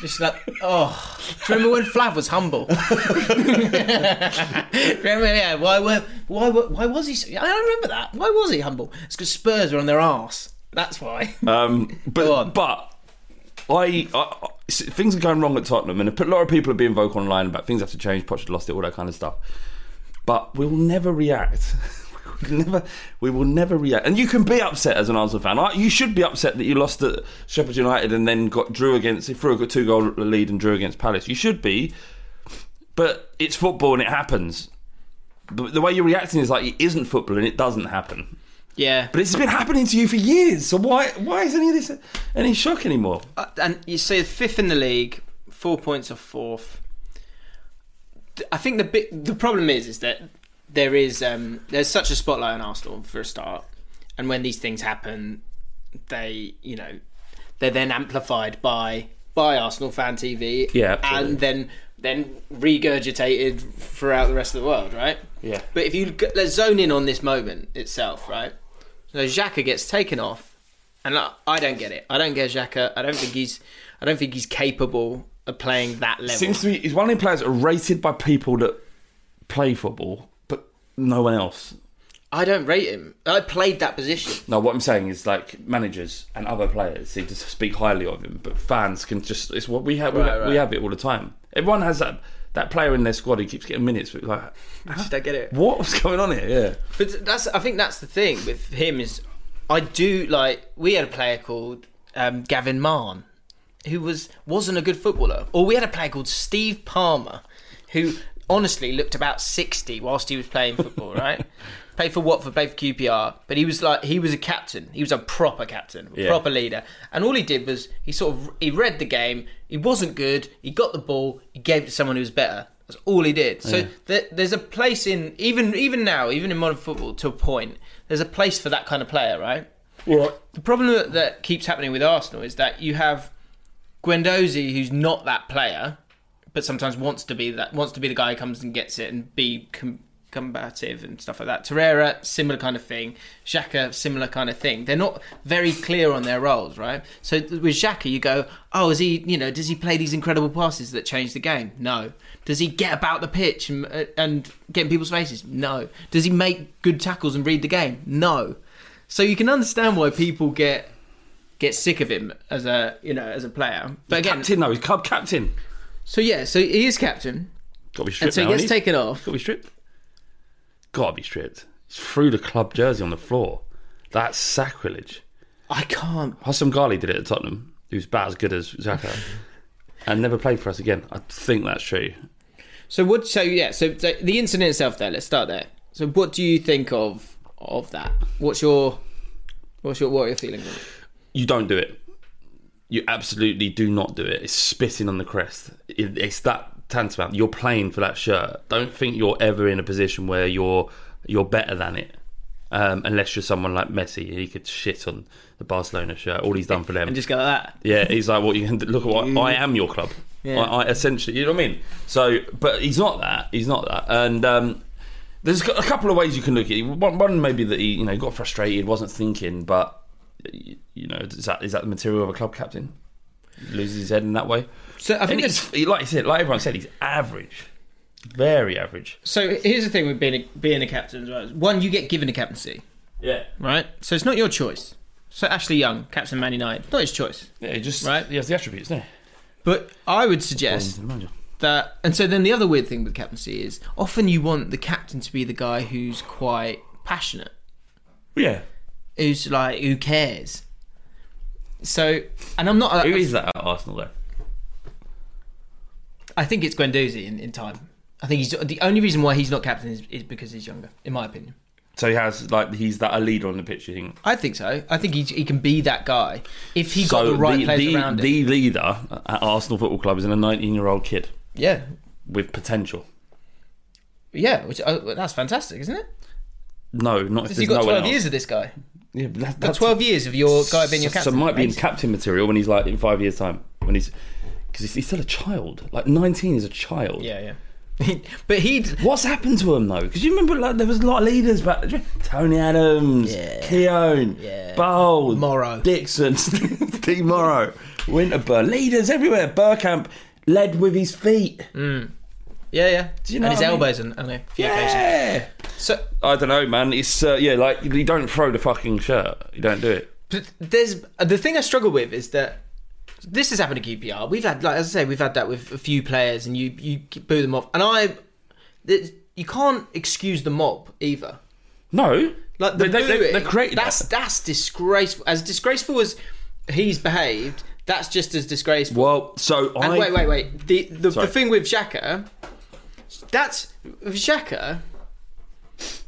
S2: Just like, oh, do you remember when Flav was humble? Do you remember, yeah, why were, why were, why was he? So, I don't remember that. Why was he humble? It's because Spurs were on their arse. That's why.
S1: Um,
S2: Go
S1: but
S2: on.
S1: but I, I, I- things are going wrong at Tottenham, and a lot of people are being vocal online about things have to change. Poch lost it, all that kind of stuff. But we'll never react. We'll never, we will never react, and you can be upset as an Arsenal fan. I- You should be upset that you lost at Sheffield United and then got drew against. They threw a two goal lead and drew against Palace. You should be, but it's football and it happens. But the way you're reacting is like it isn't football and it doesn't happen.
S2: Yeah,
S1: But it's been happening to you for years, so why why is any of this any shock anymore?
S2: Uh, and you see fifth in the league, four points off fourth. Th- I think the bi- the problem is is that there is um, there's such a spotlight on Arsenal for a start, and when these things happen, they you know they're then amplified by by Arsenal fan TV,
S1: Yeah, absolutely.
S2: and then then regurgitated throughout the rest of the world, right?
S1: Yeah.
S2: But if you g- let's zone in on this moment itself, right? So Xhaka gets taken off, and I, I don't get it. I don't get Xhaka. I don't think he's. I don't think he's capable of playing that level.
S1: Seems to be he's one of the players that are rated by people that play football, but no one else.
S2: I don't rate him. I played that position.
S1: No, what I'm saying is like managers and other players seem to speak highly of him, but fans can just it's what we have
S2: Right,
S1: we,
S2: right.
S1: we have it all the time. Everyone has that that player in their squad who keeps getting minutes, but like
S2: I just don't get it.
S1: what was going on here? Yeah.
S2: But that's I think that's the thing with him is I do like we had a player called um, Gavin Marn who was wasn't a good footballer, or we had a player called Steve Palmer who honestly looked about sixty whilst he was playing football. right, played for Watford, played for QPR, but he was like he was a captain. He was a proper captain, a
S1: Yeah.
S2: proper leader, and all he did was he sort of he read the game. He wasn't good. He got the ball. He gave it to someone who was better. That's all he did. So there, there's a place in even even now, even in modern football, to a point. There's a place for that kind of player, right? The problem that, that keeps happening with Arsenal is that you have Guendouzi, who's not that player, but sometimes wants to be that wants to be the guy who comes and gets it and be com- combative and stuff like that. Torreira, similar kind of thing. Xhaka, similar kind of thing. They're not very clear on their roles, right? So with Xhaka, you go, oh, is he? You know, does he play these incredible passes that change the game? No. Does he get about the pitch and, uh, and get in people's faces? No. Does he make good tackles and read the game? No. So you can understand why people get get sick of him as a you know as a player. But again,
S1: captain though, he's club captain.
S2: so yeah, so he is captain,
S1: Gotta be
S2: and
S1: stripped.
S2: so he
S1: now,
S2: gets
S1: hasn't he?
S2: taken off.
S1: Gotta be stripped. Gotta be stripped. He's threw the club jersey on the floor. That's sacrilege.
S2: I can't.
S1: Hassam Ghali did it at Tottenham, who's about as good as Xhaka, and never played for us again. I think that's true.
S2: So what? So yeah, so, so the incident itself. There, let's start there. So what do you think of of that? What's your what's your what are your feelings? on it?
S1: You don't do it. You absolutely do not do it. It's spitting on the crest. It, it's that tantamount. You're playing for that shirt. Don't think you're ever in a position where you're you're better than it. Um, unless you're someone like Messi, he could shit on the Barcelona shirt. All he's done for them,
S2: And just go like that.
S1: Yeah, he's like, "What you can look at? What I am your club.
S2: Yeah.
S1: I, I essentially, you know what I mean." So, but he's not that. He's not that. And um, there's a couple of ways you can look at it. One, one maybe that he, you know, got frustrated, wasn't thinking, but you know, is that is that the material of a club captain? Loses his head in that way.
S2: So I
S1: And
S2: think it's
S1: it's like you said, like everyone said, he's average, very average.
S2: so. Here's the thing with being a, being a captain as well. One, you get given a captaincy,
S1: Yeah,
S2: right? So it's not your choice. So Ashley Young, captain Man United, not his choice.
S1: yeah, he just
S2: Right.
S1: He has the attributes, doesn't
S2: But I would
S1: he?
S2: suggest
S1: Remind you.
S2: that and so then the other weird thing with captaincy is often you want the captain to be the guy who's quite passionate
S1: Yeah.
S2: who's like who cares so and i'm not
S1: Who
S2: i,
S1: is that at Arsenal though?
S2: I think it's Guendouzi in, in time i think he's the only reason why he's not captain is, is because he's younger in my opinion
S1: So he has like he's that a leader on the pitch. You think
S2: i think so i think he, he can be that guy if he got
S1: so
S2: the right
S1: the,
S2: players
S1: the,
S2: around him
S1: the leader at Arsenal Football Club is a 19 year old kid
S2: yeah
S1: with potential.
S2: Yeah, which uh, that's fantastic, isn't it?
S1: No, not if
S2: Because you
S1: there's
S2: got
S1: no one
S2: twelve
S1: else.
S2: years of this guy.
S1: Yeah, but that-
S2: Got
S1: that's
S2: twelve years of your guy being your
S1: So-
S2: captain.
S1: So might be in
S2: Amazing.
S1: captain material when he's like in five years' time when he's because he's, he's still a child. Like nineteen is a child.
S2: Yeah, yeah. but he'd
S1: What's happened to him though? Because you remember like there was a lot of leaders, but Tony Adams,
S2: Yeah.
S1: Keown,
S2: Yeah.
S1: Bold,
S2: Morrow.
S1: Dixon, Steve Morrow, Winterburn, leaders everywhere. Burkamp led with his feet.
S2: Mm. yeah, yeah.
S1: you know
S2: and his
S1: what I mean?
S2: elbows and on a few occasions.
S1: Yeah.
S2: So
S1: I don't know, man. It's uh, yeah, like you don't throw the fucking shirt. You don't do it.
S2: But there's the thing I struggle with is that this has happened to QPR. We've had, like as I say, we've had that with a few players, and you you boo them off, and I, it's- you can't excuse the mob either.
S1: No.
S2: Like the
S1: they, they,
S2: booing,
S1: they created
S2: that's
S1: that.
S2: that's disgraceful. As disgraceful as he's behaved, that's just as disgraceful.
S1: Well, so
S2: And
S1: I
S2: wait, wait, wait. The the, the
S1: Sorry.
S2: thing with Xhaka, that's with Xhaka.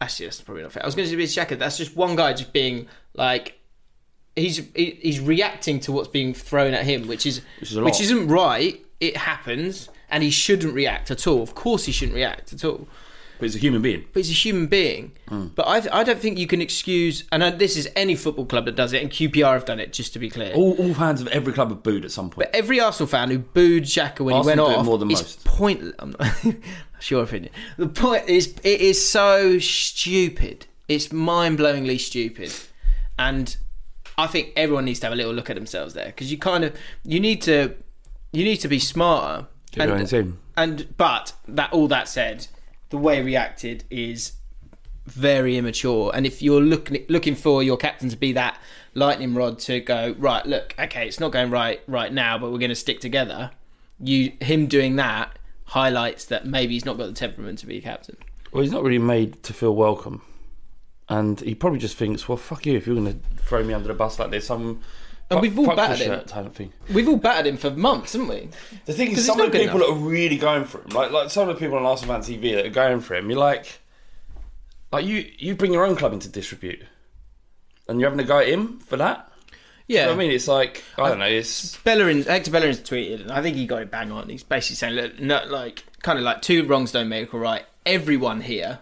S2: Actually, that's probably not fair. I was going to be Xhaka. That's just one guy just being like, he's he, he's reacting to what's being thrown at him, which is which,
S1: is a lot.
S2: isn't right. It happens, and he shouldn't react at all. Of course, he shouldn't react at all.
S1: But he's a human being.
S2: But he's a human being.
S1: Hmm.
S2: But I, I don't think you can excuse. And I, this is any football club that does it, and QPR have done it. Just to be clear,
S1: All, all fans of every club have booed at some point.
S2: But every Arsenal fan who booed Xhaka when
S1: Arsenal
S2: he
S1: do
S2: went
S1: it
S2: off
S1: more than
S2: is
S1: most.
S2: pointless. I'm not that's your opinion. The point is, it is so stupid. It's mind-blowingly stupid, and I think everyone needs to have a little look at themselves there because you kind of you need to you need to be smarter.
S1: Get your own team.
S2: and but that all that said, the way he reacted is very immature. And if you're looking looking for your captain to be that lightning rod to go right, look, okay, it's not going right right now, but we're going to stick together. You him doing that highlights that maybe he's not got the temperament to be a captain.
S1: Well, he's not really made to feel welcome, and he probably just thinks, "Well, fuck you if you're going to throw me under the bus like this." I'm
S2: And
S1: fuck-
S2: we've all
S1: fuck the
S2: battered him.
S1: shirt type of thing.
S2: We've all battered him for months, haven't we?
S1: The thing is,
S2: 'Cause he's
S1: some
S2: not
S1: of the
S2: good
S1: people that are really going for him, like like some of the people on Arsenal fan TV that are going for him, you're like, like you you bring your own club into disrepute, and you're having a go at him for that.
S2: Yeah,
S1: You know what I mean, it's like I don't know. It's
S2: Bellerin, Hector Bellerin's tweeted, and I think he got it bang on. He's basically saying, look, no, like, kind of like two wrongs don't make a right. Everyone here,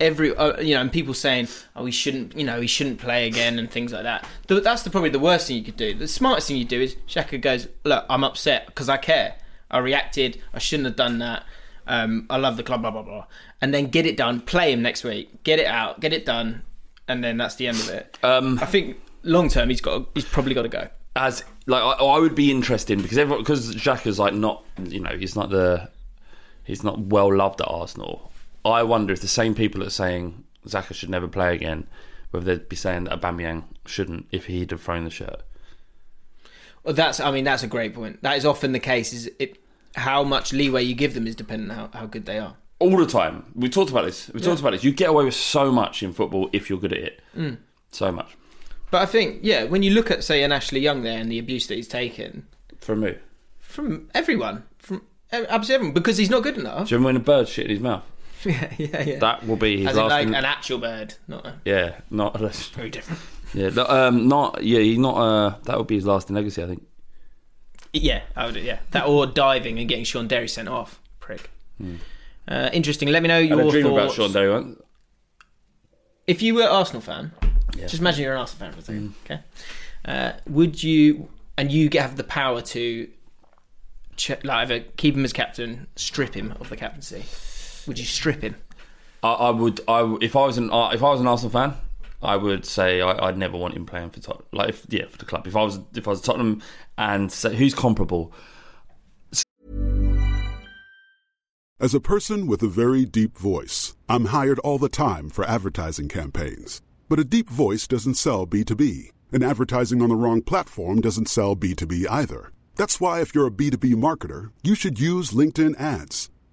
S2: every, uh, you know, and people saying, oh, he shouldn't, you know, he shouldn't play again and things like that. Th- That's the, probably the worst thing you could do. The smartest thing you do is Shaka goes, look, I'm upset because I care. I reacted. I shouldn't have done that. Um, I love the club, blah, blah, blah. And then get it done. Play him next week. Get it out. Get it done. And then that's the end of it.
S1: um,
S2: I think long term, he's got, he's probably got to go.
S1: as like I, I would be interested because everyone because Xhaka's like not you know he's not the he's not well loved at Arsenal. I wonder if the same people that are saying Xhaka should never play again, whether they'd be saying that Aubameyang shouldn't if he'd have thrown the shirt.
S2: Well, that's I mean that's a great point. That is often the case. Is it how much leeway you give them is dependent on how, how good they are.
S1: All the time. We talked about this. We talked about this. You get away with so much in football if you're good at it.
S2: Mm.
S1: So much.
S2: But I think yeah, when you look at say an Ashley Young there and the abuse that he's taken
S1: From who? Do you
S2: from everyone, from e- absolutely everyone, because he's not good enough.
S1: remember when a bird shit in his mouth?
S2: yeah, yeah, yeah.
S1: That will be his
S2: As in,
S1: last.
S2: like
S1: in-
S2: an actual bird, not a,
S1: yeah, not unless.
S2: very different.
S1: Yeah, no, um, not. Yeah, he's not. Uh, that would be his lasting legacy, I think.
S2: Yeah, I would. Yeah, that or diving and getting Sean Derry sent off, prick. Uh, interesting. Let me know
S1: I
S2: your
S1: had a dream about
S2: thoughts.
S1: Sean Derry once.
S2: if you were an Arsenal fan, just imagine you're an Arsenal fan for a second, okay? Uh, would you and you get- have the power to ch- like either keep him as captain, strip him of the captaincy? Would you strip him?
S1: I, I would. I w- if I was an Ar- if I was an Arsenal fan, I would say I, I'd never want him playing for Tottenham. Like if, yeah, for the club. If I was if I was Tottenham and say, who's comparable,
S3: As a person with a very deep voice, I'm hired all the time for advertising campaigns. But a deep voice doesn't sell B2B, and advertising on the wrong platform doesn't sell B2B either. That's why, if you're a B2B marketer, you should use LinkedIn ads.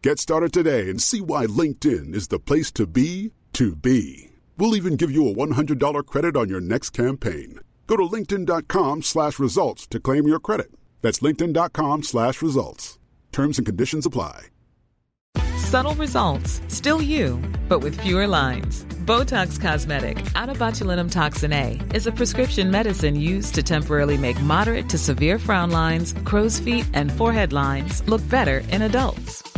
S3: Get started today and see why LinkedIn is the place to be to be. We'll even give you a $100 credit on your next campaign. Go to linkedin.com slash results to claim your credit. That's linkedin.com slash results. Terms and conditions apply.
S4: Subtle results, still you, but with fewer lines. Botox Cosmetic, out of botulinum toxin A, is a prescription medicine used to temporarily make moderate to severe frown lines, crow's feet, and forehead lines look better in adults.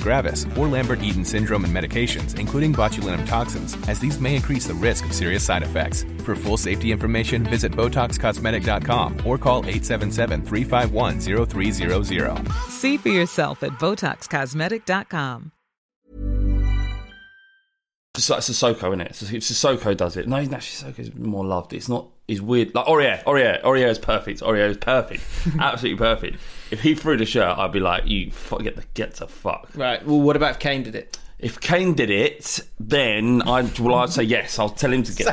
S5: gravis, or Lambert-Eaton syndrome and medications, including botulinum toxins, as these may increase the risk of serious side effects. For full safety information, visit BotoxCosmetic.com or call 877-351-0300.
S4: See for yourself at BotoxCosmetic.com.
S1: It's like Sissoko, isn't it? Sissoko does it. No, he's not. Sissoko's more loved. It's not. He's weird. Like Aurier. Aurier. Aurier is perfect. Aurier is perfect. Absolutely perfect. If he threw the shirt, I'd be like, you fuck, get the get to fuck.
S2: Right. Well, what about if Kane did it?
S1: If Kane did it, then I'd well, I'd say yes. I'll tell him to get.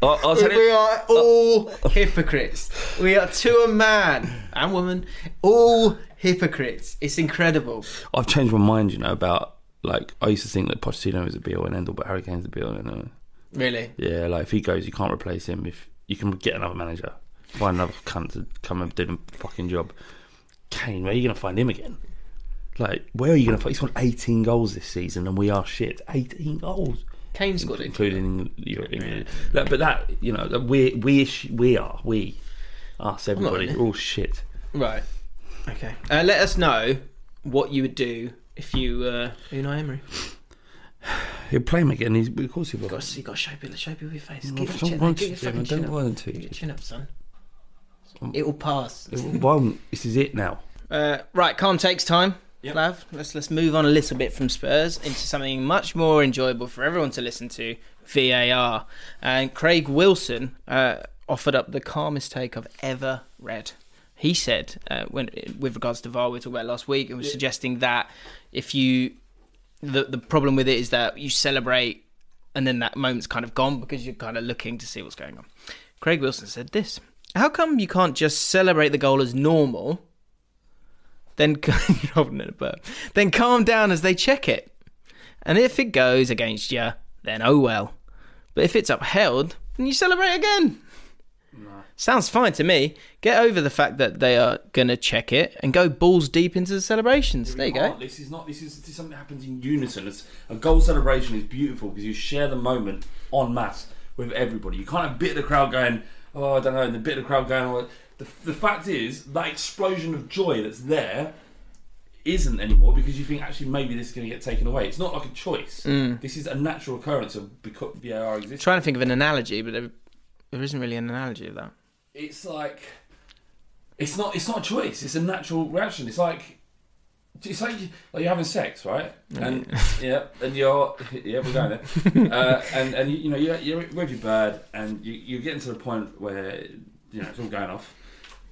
S1: I'll, I'll tell
S2: we
S1: him.
S2: are all hypocrites. We are to a man and woman, all hypocrites. It's incredible.
S1: I've changed my mind. You know about like I used to think that Pochettino was a be all and end all, but Harry Kane's the be all and end all.
S2: Really.
S1: Yeah, like if he goes, you can't replace him. If you can get another manager, find another cunt to come and do the fucking job. Kane, where are you going to find him again? Like, where are you going to find? He's won 18 goals this season, and we are shit. 18 goals,
S2: Kane's got it.
S1: including your England. Like, but that, you know, that we we sh- we are we us everybody
S2: in
S1: we're all shit.
S2: Right. Okay. Uh, let us know what you would do if you uh, Unai Emery.
S1: He'll play him again. He's, of course he will.
S2: Got to, you got to show people, show people your face.
S1: I
S2: Get your
S1: don't
S2: chin, up,
S1: want
S2: get your
S1: to, Jim, I
S2: fucking chin
S1: don't
S2: up.
S1: want to.
S2: Get your chin up, son. It will pass.
S1: Well, this is it now.
S2: Uh, right, calm takes time. Lav, let's let's move on a little bit from Spurs into something much more enjoyable for everyone to listen to, VAR. And Craig Wilson uh, offered up the calmest take I've ever read. He said, uh, when with regards to VAR, we talked about last week, and was suggesting that if you the the problem with it is that you celebrate and then that moment's kind of gone because you're kind of looking to see what's going on. Craig Wilson said this: How come you can't just celebrate the goal as normal? Then you're holding it a burp. Then calm down as they check it, and if it goes against you, then oh well. But if it's upheld, then you celebrate again. Sounds fine to me. Get over the fact that they are gonna check it and go balls deep into the celebrations. There you go.
S1: can't. This is not. This is, this is something that happens in unison. It's, a goal celebration is beautiful because you share the moment en masse with everybody. You can't have a bit of the crowd going, "Oh, I don't know," and the bit of the crowd going. Oh. The, the fact is that explosion of joy that's there isn't anymore because you think actually maybe this is going to get taken away. It's not like a choice. This is a natural occurrence of because VAR exists.
S2: trying to think of an analogy, but there, there isn't really an analogy of that.
S1: it's like it's not it's not a choice it's a natural reaction it's like it's like, like you're having sex right and yeah and you're yeah we're going there uh, and and you, you know you're, you're with your bird and you, you're getting to the point where you know it's all going off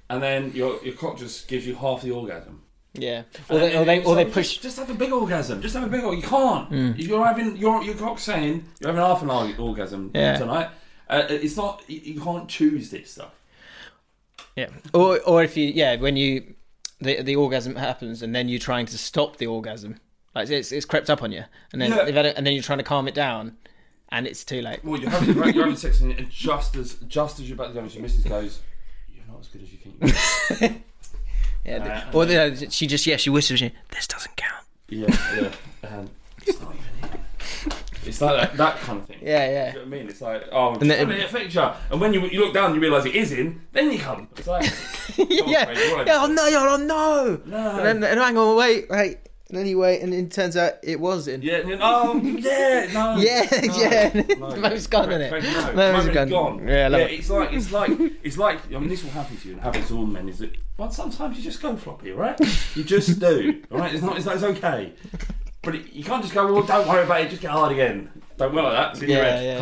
S1: and then your your cock just gives you half the orgasm
S2: Yeah. Or they, or they, or they push.
S1: just, just have a big orgasm just have a big orgasm you can't you're having your your cock saying you're having half an org- orgasm
S2: Yeah.
S1: tonight uh, it's not you, you can't choose this stuff
S2: Yeah. Or, or if you, yeah, when you, the, the orgasm happens and then you're trying to stop the orgasm. Like it's, it's crept up on you. And then,
S1: Yeah.
S2: they've had it- and then you're trying to calm it down and it's too late.
S1: Well, you're having, you're having sex, and and just as just as you're about to go, your missus goes, "You're not as good as you think." You are." Uh,
S2: Yeah. the- or the, she just, yeah, she whispers, she, this doesn't count.
S1: yeah, yeah. Um, it's not even it. It's like that, that kind of thing.
S2: Yeah, yeah.
S1: Do you know what I mean? It's like, oh,
S2: And
S1: and
S2: then-
S1: then, it affects you. And when you, you look down, you realise it is in. Then you come. It's like,
S2: yeah.
S1: Craig, you're all
S2: yeah. Oh
S1: over
S2: no. yeah, Oh no.
S1: No.
S2: And then, and hang on, wait, wait. And then you wait, and it turns out it was in.
S1: yeah, and then, oh, yeah, no,
S2: Yeah,
S1: no,
S2: yeah.
S1: no.
S2: Moment's gone, isn't it?
S1: Craig, No,
S2: Moment's
S1: Moment's
S2: gone.
S1: gone.
S2: Yeah, I love it.
S1: it's like it's like it's like. I mean, this will happen to you, and it happens to all men. Is that well, sometimes you just go floppy, all right? You just do, all right? It's not. It's, not, it's okay. But it- you can't just go, well, don't worry about it, just get hard again. Don't work like that. It's in your
S2: Yeah,
S1: head.
S2: yeah,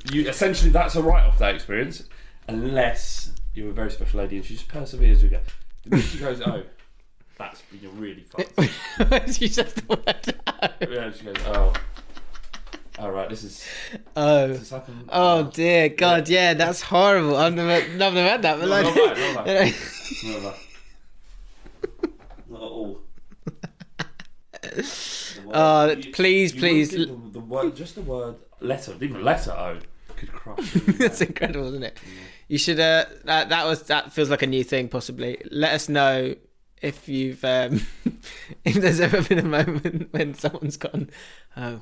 S1: can't. You, essentially, that's a write off that experience, unless you're a very special lady and she just perseveres with you. The minute she goes, oh, that's you're really fucked.
S2: you said the word.
S1: yeah, she goes, oh, all right, this is
S2: Oh.
S1: this has happened.
S2: Oh dear God, yeah, that's horrible. I've never, never had that.
S1: No,
S2: But like,
S1: not bad, not bad. not, like- not at all. The word-
S2: Oh, please,
S1: you
S2: please.
S1: wouldn't give The, the word, just the word letter, even letter oh. O, could crush. it.
S2: That's incredible, isn't it? You should. Uh, that, that was that feels like a new thing. Possibly, let us know if you've um, if there's ever been a moment when someone's gone, oh,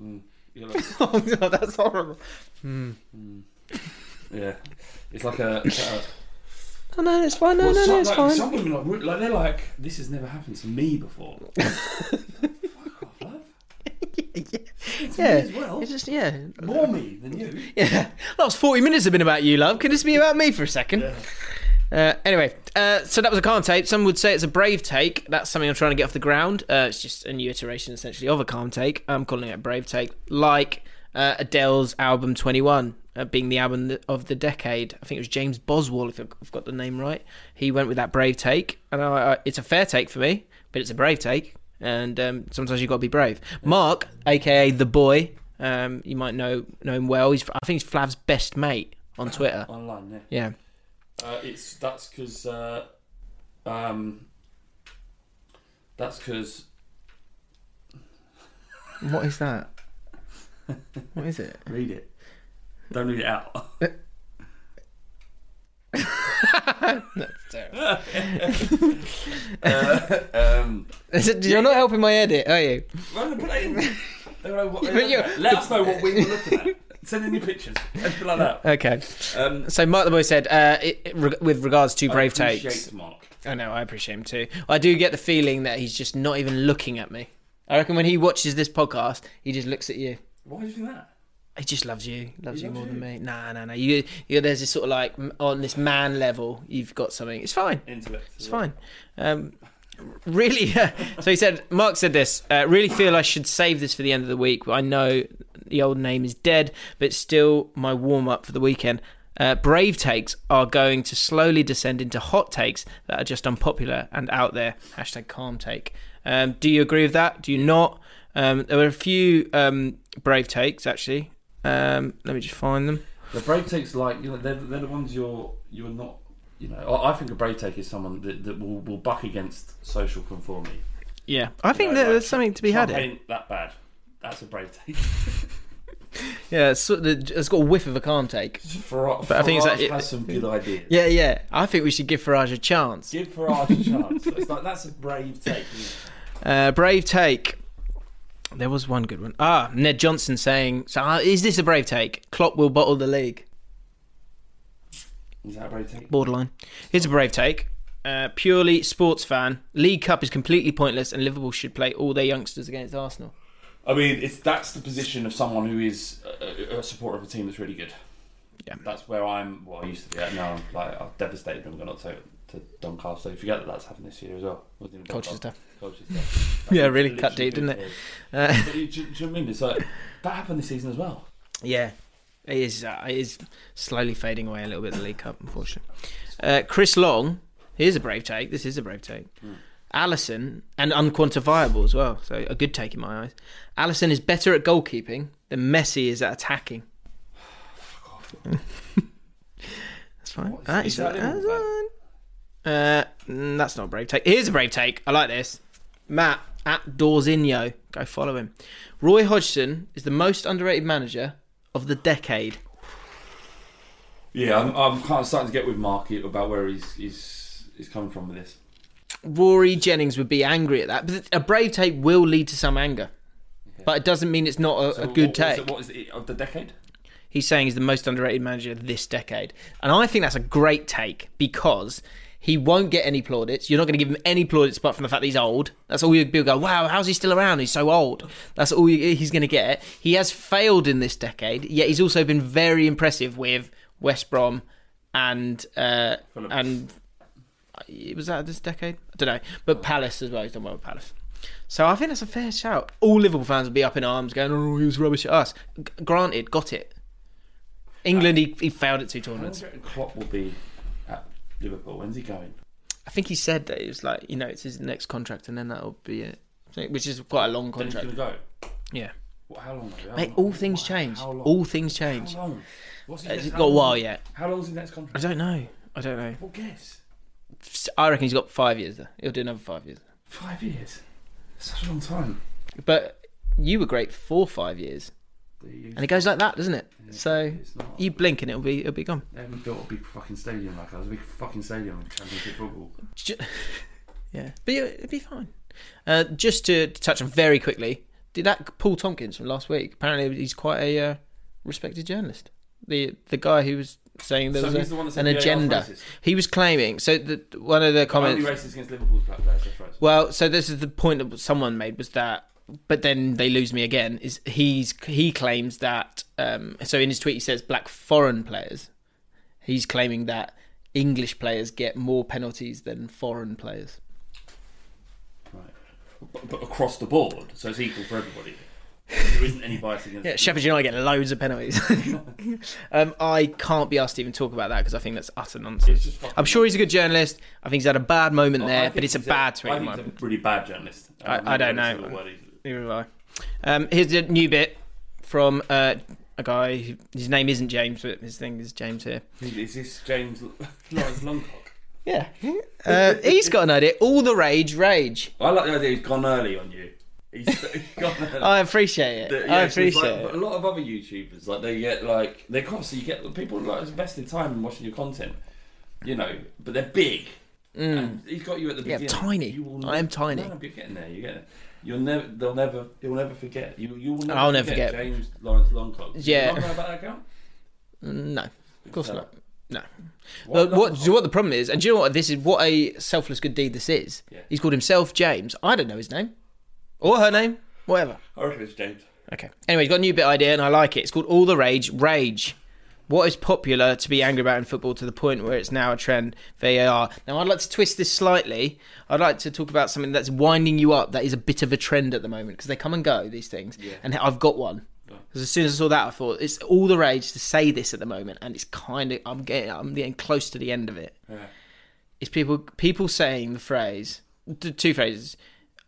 S1: You're like,
S2: oh no, that's horrible.
S1: yeah, it's like a. a
S2: Oh no, it's fine. No,
S1: well,
S2: no,
S1: some,
S2: no, it's
S1: like,
S2: fine.
S1: Some women are like they're like this has never happened to me before. Fuck off, love. To
S2: yeah,
S1: me as well.
S2: it's just yeah.
S1: More me than you.
S2: Yeah, last forty minutes have been about you, love. Can this be about me for a second? Uh, anyway, uh, so that was a calm tape. Some would say it's a brave take. That's something I'm trying to get off the ground. Uh, it's just a new iteration, essentially, of a calm take. I'm calling it a brave take, like uh, Adele's album 21 uh, being the album th- of the decade. I think it was James Boswell, if I've got the name right. He went with that brave take, and I, I, it's a fair take for me, but it's a brave take. And um, sometimes you've got to be brave. Mark, aka the boy, um, you might know know him well. He's I think he's Flav's best mate on Twitter.
S1: Online, yeah.
S2: Yeah.
S1: Uh, it's that's because uh, um, that's because
S2: What is that? What is it?
S1: read it. Don't read it out. um,
S2: You're not helping my edit, are you?
S1: well, put it in. They were like, what-
S2: But you-
S1: Let us know what we were looking at. Send in your pictures. Anything like that.
S2: Okay.
S1: Um,
S2: So Mark the Boy said, uh, it, it- reg- with regards to brave
S1: I appreciate
S2: takes.
S1: Mark.
S2: I know, I appreciate him too. I do get the feeling that he's just not even looking at me. I reckon when he watches this podcast, he just looks at you.
S1: Why do you think that?
S2: He just loves you, loves you
S1: loves
S2: more
S1: you.
S2: than me. Nah, nah, nah. You, you, there's this sort of like m- on this man level, you've got something. It's fine.
S1: Intellect.
S2: It's fine. Um, really, so he said, Mark said this, uh, really feel I should save this for the end of the week. I know the old name is dead, but it's still my warm up for the weekend. Uh, brave takes are going to slowly descend into hot takes that are just unpopular and out there. Hashtag calm take. Um, do you agree with that? Do you not? Um, there were a few um, brave takes actually. Um, let me just find them.
S1: The brave takes like you know they're, they're the ones you're you're not you know I, I think a brave take is someone that, that will, will buck against social conformity.
S2: Yeah, I think
S1: know,
S2: that
S1: like,
S2: there's something to be had.
S1: Trump
S2: here.
S1: ain't that bad. That's a brave take.
S2: Yeah, it's, sort of- it's got a whiff of a calm take.
S1: Farage,
S2: But I think it's
S1: Farage
S2: like-
S1: has some good ideas.
S2: Yeah, yeah. I think we should give Farage a chance.
S1: Give Farage a chance. It's like, that's a brave take. isn't
S2: Uh, brave take. There was one good one. Ah, Ned Johnson saying, "So uh, is this a brave take? Klopp will bottle the league."
S1: it? Is that a brave take?
S2: Borderline. Here's a brave take. Uh, purely sports fan. League Cup is completely pointless, and Liverpool should play all their youngsters against Arsenal.
S1: I mean, it's that's the position of someone who is a, a supporter of a team that's really good.
S2: Yeah.
S1: that's where I'm. Well, I used to be at now. I'm like, I'm devastated when I'm going up to to Doncaster. You forget that that's happened this year as well. Wasn't it?
S2: Colchester.
S1: Colchester.
S2: Yeah, really cut deep, didn't it?
S1: Uh, but you, do, do you know what I mean? It's like that happened this season as well.
S2: Yeah, it is. Uh, it is slowly fading away a little bit. The League Cup, unfortunately. Uh, Chris Long. Here's a brave take. This is a brave take. Allison and unquantifiable as well. So a good take in my eyes. Allison is better at goalkeeping than Messi is at attacking. that's fine.
S1: is-
S2: Ah, That
S1: is
S2: is,
S1: that in
S2: that's
S1: all that?
S2: fine. Uh, mm, that's not a brave take. Here's a brave take. I like this. Matt at Dorzinho. Go follow him. Roy Hodgson is the most underrated manager of the decade.
S1: Yeah, I'm, I'm kind of starting to get with Mark about where he's he's he's coming from with this.
S2: Rory Jennings would be angry at that. But a brave take will lead to some anger. But it doesn't mean it's not a, a good
S1: what, what's
S2: take.
S1: it- What is it of the decade?
S2: He's saying he's the most underrated manager this decade. And I think that's a great take because he won't get any plaudits. You're not going to give him any plaudits apart from the fact that he's old. That's all you'll go, wow, how's he still around? He's so old. That's all you, he's going to get. He has failed in this decade, yet he's also been very impressive with West Brom and uh,
S1: Fulham.
S2: and was that this decade? I don't know. But Palace as well. He's done well with Palace. So I think that's a fair shout. All Liverpool fans would be up in arms going, oh, he was rubbish at us. G- granted, got it. England, he, he failed at two tournaments.
S6: Klopp will be at Liverpool. When's he going?
S2: I think he said that it was like, you know, it's his next contract and then that'll be it. I think- Which is quite a long
S6: Then he's
S2: contract.
S6: going to go.
S2: Yeah.
S6: What, how long? How
S2: Mate,
S6: long-
S2: all things
S6: what-
S2: change.
S6: how long?
S2: All things change.
S6: How long? What's his
S2: It's
S6: next-
S2: got a
S6: how
S2: while
S6: long-
S2: yet.
S6: How long's his next
S2: I
S6: contract?
S2: don't know. I don't know.
S6: Well, guess.
S2: I reckon he's got five years, though. He'll do another five years.
S6: Five years. Such a long time.
S2: But you were great for five years. And it goes like that, doesn't it? So
S6: It's not.
S2: you blink and it'll be it'll be gone.
S6: They haven't built a big fucking stadium like us. A big fucking stadium in Championship football.
S2: Ju- yeah, but yeah, it'd be fine. Uh, just to touch on very quickly, did that Paul Tompkins from last week? Apparently, he's quite a uh, respected journalist. The the guy who was saying there
S6: So
S2: was a-
S6: he's the one that said
S2: an
S6: VAR was
S2: agenda.
S6: racist?
S2: He was claiming so the one of the comments.
S6: Only racist against Liverpool's black players. That's right.
S2: Well, so this is the point that someone made was that, but then they lose me again. Is he's he claims that? Um, so in his tweet, he says black foreign players. He's claiming that English players get more penalties than foreign players.
S6: Right. But, but across the board, so it's equal for everybody. There isn't any bias against.
S2: Yeah, Sheffield United get loads of penalties. um, I can't be asked to even talk about that because I think that's utter
S6: It's
S2: nonsense.
S6: just fucking-
S2: I'm sure he's a good journalist. I think he's had a bad moment
S6: I
S2: there,
S6: think
S2: but it's a
S6: he's
S2: bad tweet.
S6: I
S2: in
S6: think
S2: my
S6: he's a really bad journalist.
S2: I- I don't know.
S6: remember the word he-
S2: Neither have I. Um, here's a new bit from uh, a guy. Who, his name isn't James, but his thing is James here.
S6: Is this James L- Lawrence Longcock?
S2: Yeah. Uh, he's got an idea. All the rage, rage.
S6: I like the idea he's gone early on you. He's he's gone early.
S2: I appreciate it.
S6: That-
S2: I
S6: yeah, 'cause, like,
S2: appreciate it.
S6: But a lot of other YouTubers, like they get like they obviously you get people like invested time in watching your content, you know. But they're big. And he's got you at the
S2: Mm. Yeah,
S6: beginning.
S2: tiny.
S6: You will
S2: I am tiny.
S6: No, no, but you're getting there. You're getting there. You'll never. They'll never. You'll never forget. You. You will. Never
S2: I'll never forget.
S6: James Lawrence Longcock. Do
S2: Yeah.
S6: You not know about that account?
S2: No, of course
S6: So-
S2: not. No.
S6: What
S2: But what,
S6: not?
S2: do you know what the problem is? And do you know what? This is what a selfless good deed this is.
S6: Yeah.
S2: He's called himself James. I don't know his name or her name, whatever.
S6: I reckon it's James.
S2: Okay. Anyway, he's got a new bit idea, and I like it. It's called All the Rage. Rage. What is popular to be angry about in football to the point where it's now a trend? VAR. Now, I'd like to twist this slightly. I'd like to talk about something that's winding you up. That is a bit of a trend at the moment because they come and go these things. And I've got one. Because as soon as I saw that, I thought it's all the rage to say this at the moment, and it's kind of I'm getting I'm getting close to the end of it. It's people people saying the phrase t- two phrases.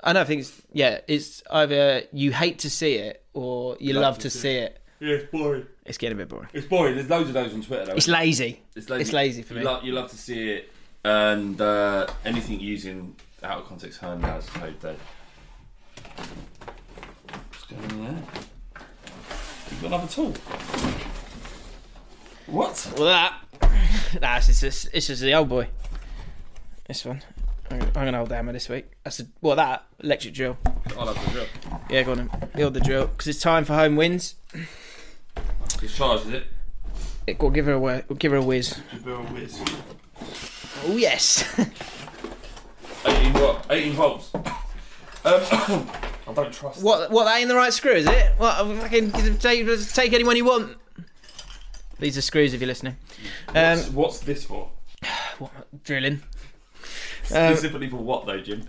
S2: I don't think it's yeah. It's either you hate to see it or you love, to see it.
S6: Yeah, it's boring.
S2: It's getting a bit boring.
S6: It's boring. There's loads of those on Twitter. Though.
S2: It's lazy.
S6: It's lazy.
S2: It's lazy for
S6: you
S2: me.
S6: Love, you love to see it, and uh, anything using out of context home now is a code day. What's going on there? You've got another tool. What?
S2: Well, that nah, it's just it's, just the old boy. This one. I'm gonna- I'm gonna hold the hammer this week. That's a, well that electric drill.
S6: I love the drill.
S2: Yeah, go on. then. Build the drill because it's time for home wins.
S6: It's charged, is it?
S2: Yeah, Go on, give her a whi- give her a whiz. Oh yes.
S6: 18 what? 18 volts. Um, I don't trust.
S2: What? What? That ain't the right screw, is it? What? I fucking take, take anyone you want. These are screws if you're listening. Um,
S6: What's, what's this for?
S2: what- drilling. Um,
S6: Specifically for what though, Jim?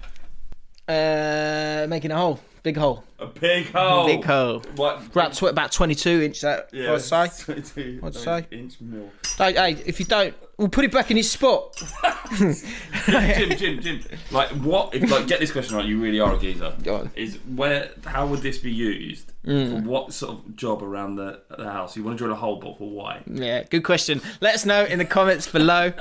S2: uh, making a hole, big hole,
S6: A big hole.
S2: big hole.
S6: What?
S2: About tw- about 22 inch. That
S6: Yeah.
S2: I'd say.
S6: 22
S2: I'd say.
S6: Inch mill.
S2: Hey, hey, if you don't, we'll put it back in its spot.
S6: Jim, Jim, Jim. Like what? If, like get this question right. You really are a geezer.
S2: Go on.
S6: Is where? How would this be used? For what sort of job around the, the house? You want to drill a hole, but for why?
S2: Yeah, good question. Let us know in the comments below.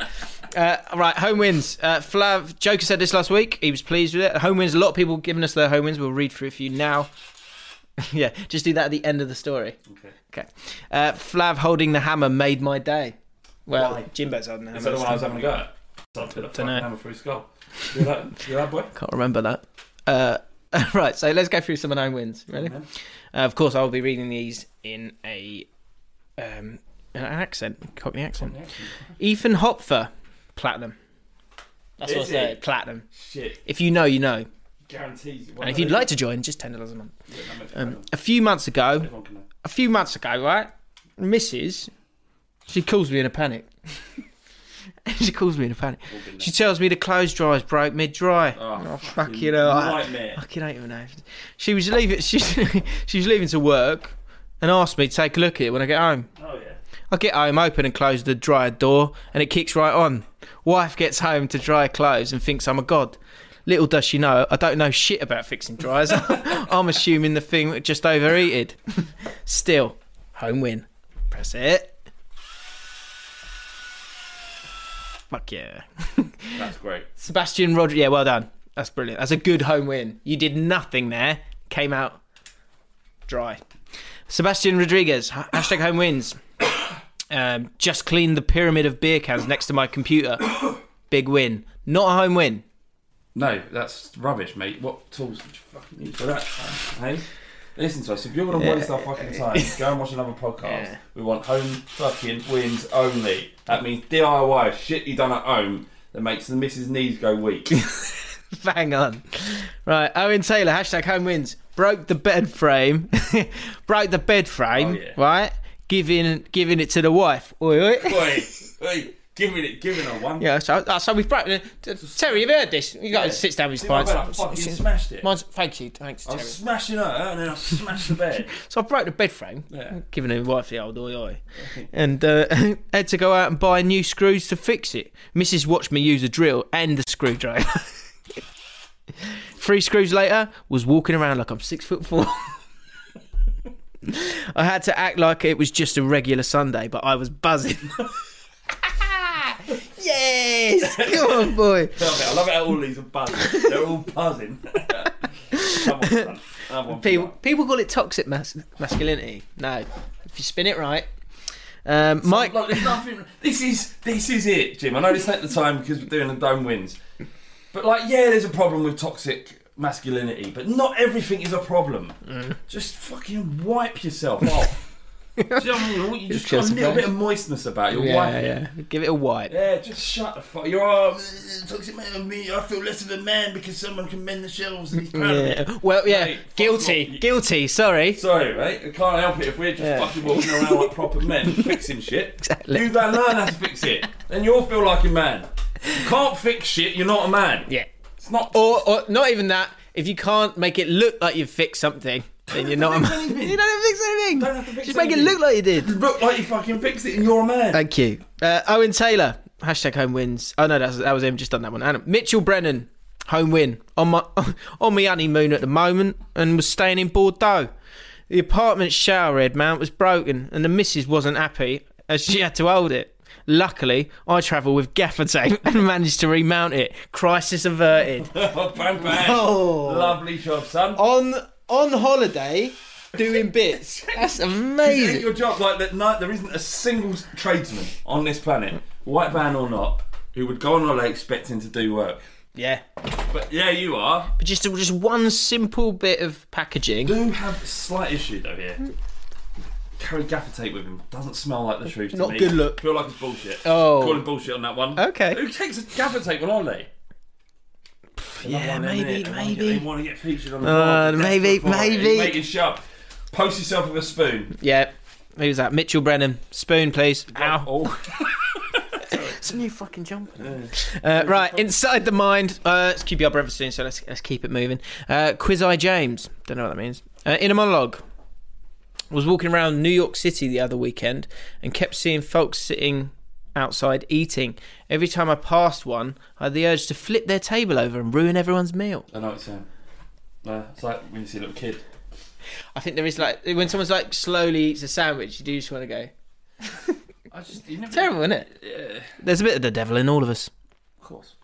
S2: Uh, right, home wins. Uh, Flav Joker said this last week. He was pleased with it. Home wins. A lot of people giving us their home wins. We'll read through a few now. yeah, just do that at the end of the story.
S6: Okay.
S2: Okay. Uh, Flav holding the hammer made my day. Well,
S6: Why?
S2: Jimbo's holding the
S6: Is that
S2: hammer.
S6: the one I was having a go at? So I put a fucking
S2: know.
S6: hammer through his skull. You that, you that boy?
S2: Can't remember that. Uh, right, so let's go through some of home wins. Ready?
S6: Come on,
S2: Uh, of course, I'll be reading these in a um, an accent, Cockney accent. Ethan Hopfer, platinum. That's what I
S6: Is he?
S2: said, platinum.
S6: Shit,
S2: If you know, you know.
S6: guarantees. it.
S2: And if you'd like to join, just ten dollars a month.
S6: Yeah, that makes
S2: Um, a few months ago,
S6: everyone can know.
S2: a few months ago, right, Mrs. She calls me in a panic. she calls me in a panic. She tells me the clothes dryer's broke mid dry.
S6: Oh,
S2: Oh, fucking hell. I-
S6: nightmare.
S2: I don't even know. She was leaving. She, she was leaving to work, and asked me to take a look at it when I get home.
S6: Oh yeah.
S2: I get home, open and close the dryer door, and it kicks right on. Wife gets home to dry her clothes and thinks I'm a god. Little does she know, I don't know shit about fixing dryers. I'm assuming the thing just overheated. Still, home win. Press it. Fuck yeah.
S6: That's great.
S2: Sebastian Rodri. Yeah, well done. That's brilliant. That's a good home win. You did nothing there. Came out dry. Sebastian Rodriguez. ha- Hashtag home wins. Um, just cleaned the pyramid of beer cans next to my computer. Big win. Not a home win.
S6: No, that's rubbish, mate. What tools did you fucking use for that? man? Hey, listen to us. If you're gonna waste our fucking time, go and watch another podcast. We want home fucking wins only. That means DIY shit you done at home that makes the missus' knees go weak.
S2: Bang on. Right, Owen Taylor, hashtag home wins. Broke the bed frame. Broke the bed frame,
S6: Oh, yeah.
S2: right? Giving giving it to the wife. Oi, oi.
S6: Oi, oi, give me it, give it a one.
S2: Yeah, so, uh, so we've broken. uh, Terry, you've heard this. You got to sit down with
S6: See
S2: his
S6: my
S2: pints.
S6: bed, I fucking smashed it. Oh,
S2: Mine's, thank you, thanks,
S6: I
S2: Terry.
S6: was smashing her and then I smashed the bed.
S2: So I broke the bed frame,
S6: Yeah.
S2: giving him wife the old oi oi, and uh, had to go out and buy new screws to fix it. Mrs. watched me use a drill and the screwdriver. Three screws later, was walking around like I'm six foot four. I had to act like it was just a regular Sunday, but I was buzzing. yes, come on, boy.
S6: Love it. I love it how all these are buzzing. They're all buzzing. Come on, son. Come on,
S2: People
S6: son.
S2: people call it toxic mas- masculinity. No, if you spin it right, um, Mike.
S6: Look, there's nothing. This is this is it, Jim. I know this ain't the time because we're doing the dome wins, but like, yeah, there's a problem with toxic masculinity, but not everything is a problem.
S2: Mm.
S6: Just fucking wipe yourself off. Do you know what I mean? You just got a little bit of moistness about you. wipe
S2: Yeah,
S6: it.
S2: yeah. Give it a wipe.
S6: Yeah, just shut the fuck. You're all "Uh, toxic man. of Me, I feel less of a man because someone can mend the shelves and he's proud of me.
S2: Yeah. Well, yeah.
S6: Mate, fuck
S2: guilty.
S6: off.
S2: Guilty. Sorry.
S6: Sorry, mate. I can't help it if we're just
S2: Yeah.
S6: fucking walking around like proper men fixing shit.
S2: Exactly.
S6: You then learn how to fix it. Then you'll feel like a man. You can't fix shit, you're not a man.
S2: Yeah.
S6: It's not.
S2: Or, or not even that. If you can't make it look like you've fixed something, then you're not. a
S6: fix
S2: man.
S6: anything.
S2: you don't have to fix anything.
S6: Don't have to fix
S2: Just
S6: anything.
S2: make it look like you did.
S6: look like you fucking fixed it and you're a man.
S2: Thank you, uh, Owen Taylor. Hashtag home wins. Oh no, that's, that was him. Just done that one. And Mitchell Brennan. Home win on my on my honeymoon at the moment, and was staying in Bordeaux. The apartment shower head mount was broken, and the missus wasn't happy as she had to hold it. Luckily, I travel with gaffer tape and managed to remount it. Crisis averted.
S6: bang, bang.
S2: Oh.
S6: Lovely job, son.
S2: on on holiday, doing bits. That's
S6: Is it
S2: amazing.
S6: your job like that? No, there isn't a single tradesman on this planet, white van or not, who would go on holiday expecting to do work.
S2: Yeah,
S6: But yeah, you are.
S2: but just just one simple bit of packaging.
S6: do have a slight issue though here. Carry gaffer tape with him. Doesn't smell like the truth. to
S2: Not
S6: me.
S2: good look.
S6: Feel like it's bullshit.
S2: Oh.
S6: calling bullshit on that one.
S2: Okay.
S6: Who takes a gaffer tape on holiday?
S2: Yeah,
S6: One,
S2: maybe,
S6: innit? They wanna get- They
S2: maybe.
S6: want to get featured on the
S2: Uh,
S6: blog. They're
S2: maybe,
S6: desperate for it.
S2: maybe.
S6: You Make it sharp. Post yourself with a spoon.
S2: Yeah. Who's that? Mitchell Brennan. Spoon, please. Ow.
S6: Oh.
S2: It's a new fucking jumper. Uh, right, inside the mind. Uh, it's QPR Brentford soon, so let's, let's keep it moving. Uh, Quiz Eye James. Don't know what that means. Uh, in a monologue. Was walking around New York City the other weekend and kept seeing folks sitting outside eating. Every time I passed one, I had the urge to flip their table over and ruin everyone's meal.
S6: I know what it's saying. Uh, it's like when you see a little kid.
S2: I think there is like when someone's like slowly eats a sandwich, you do just want to go.
S6: I just you never.
S2: Terrible, isn't it?
S6: Yeah,
S2: There's a bit of the devil in all of us.
S6: of course.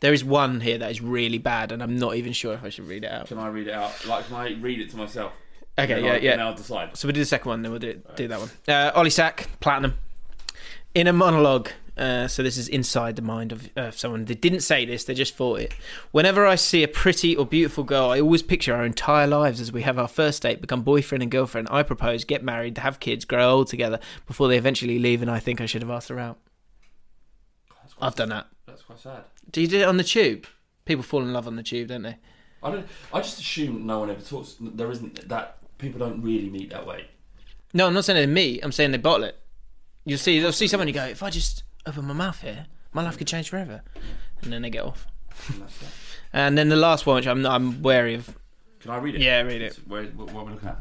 S2: There is one here that is really bad, and I'm not even sure if I should read it out.
S6: Can I read it out? Like, can I read it to myself?
S2: Okay,
S6: And
S2: yeah,
S6: I-
S2: yeah.
S6: And I'll decide.
S2: So we'll do the second one, then we'll do, do that one. Uh, Ollie Sack, Platinum. In a monologue, uh, so this is inside the mind of uh, someone. They didn't say this, they just thought it. Whenever I see a pretty or beautiful girl, I always picture our entire lives as we have our first date, become boyfriend and girlfriend. I propose, get married, have kids, grow old together before they eventually leave, and I think I should have asked her out. I've done that.
S6: That's quite sad.
S2: Do you do it on the tube? People fall in love on the tube, don't they?
S6: I don't. I just assume no one ever talks. There isn't that people don't really meet that way.
S2: No, I'm not saying they meet. I'm saying they bottle it. You'll see, you'll see someone you go, if I just open my mouth here, my life could change forever. And then they get off. And then the last one, which I'm I'm wary of.
S6: Can I read it?
S2: Yeah, read it.
S6: Where, what, what are we looking at?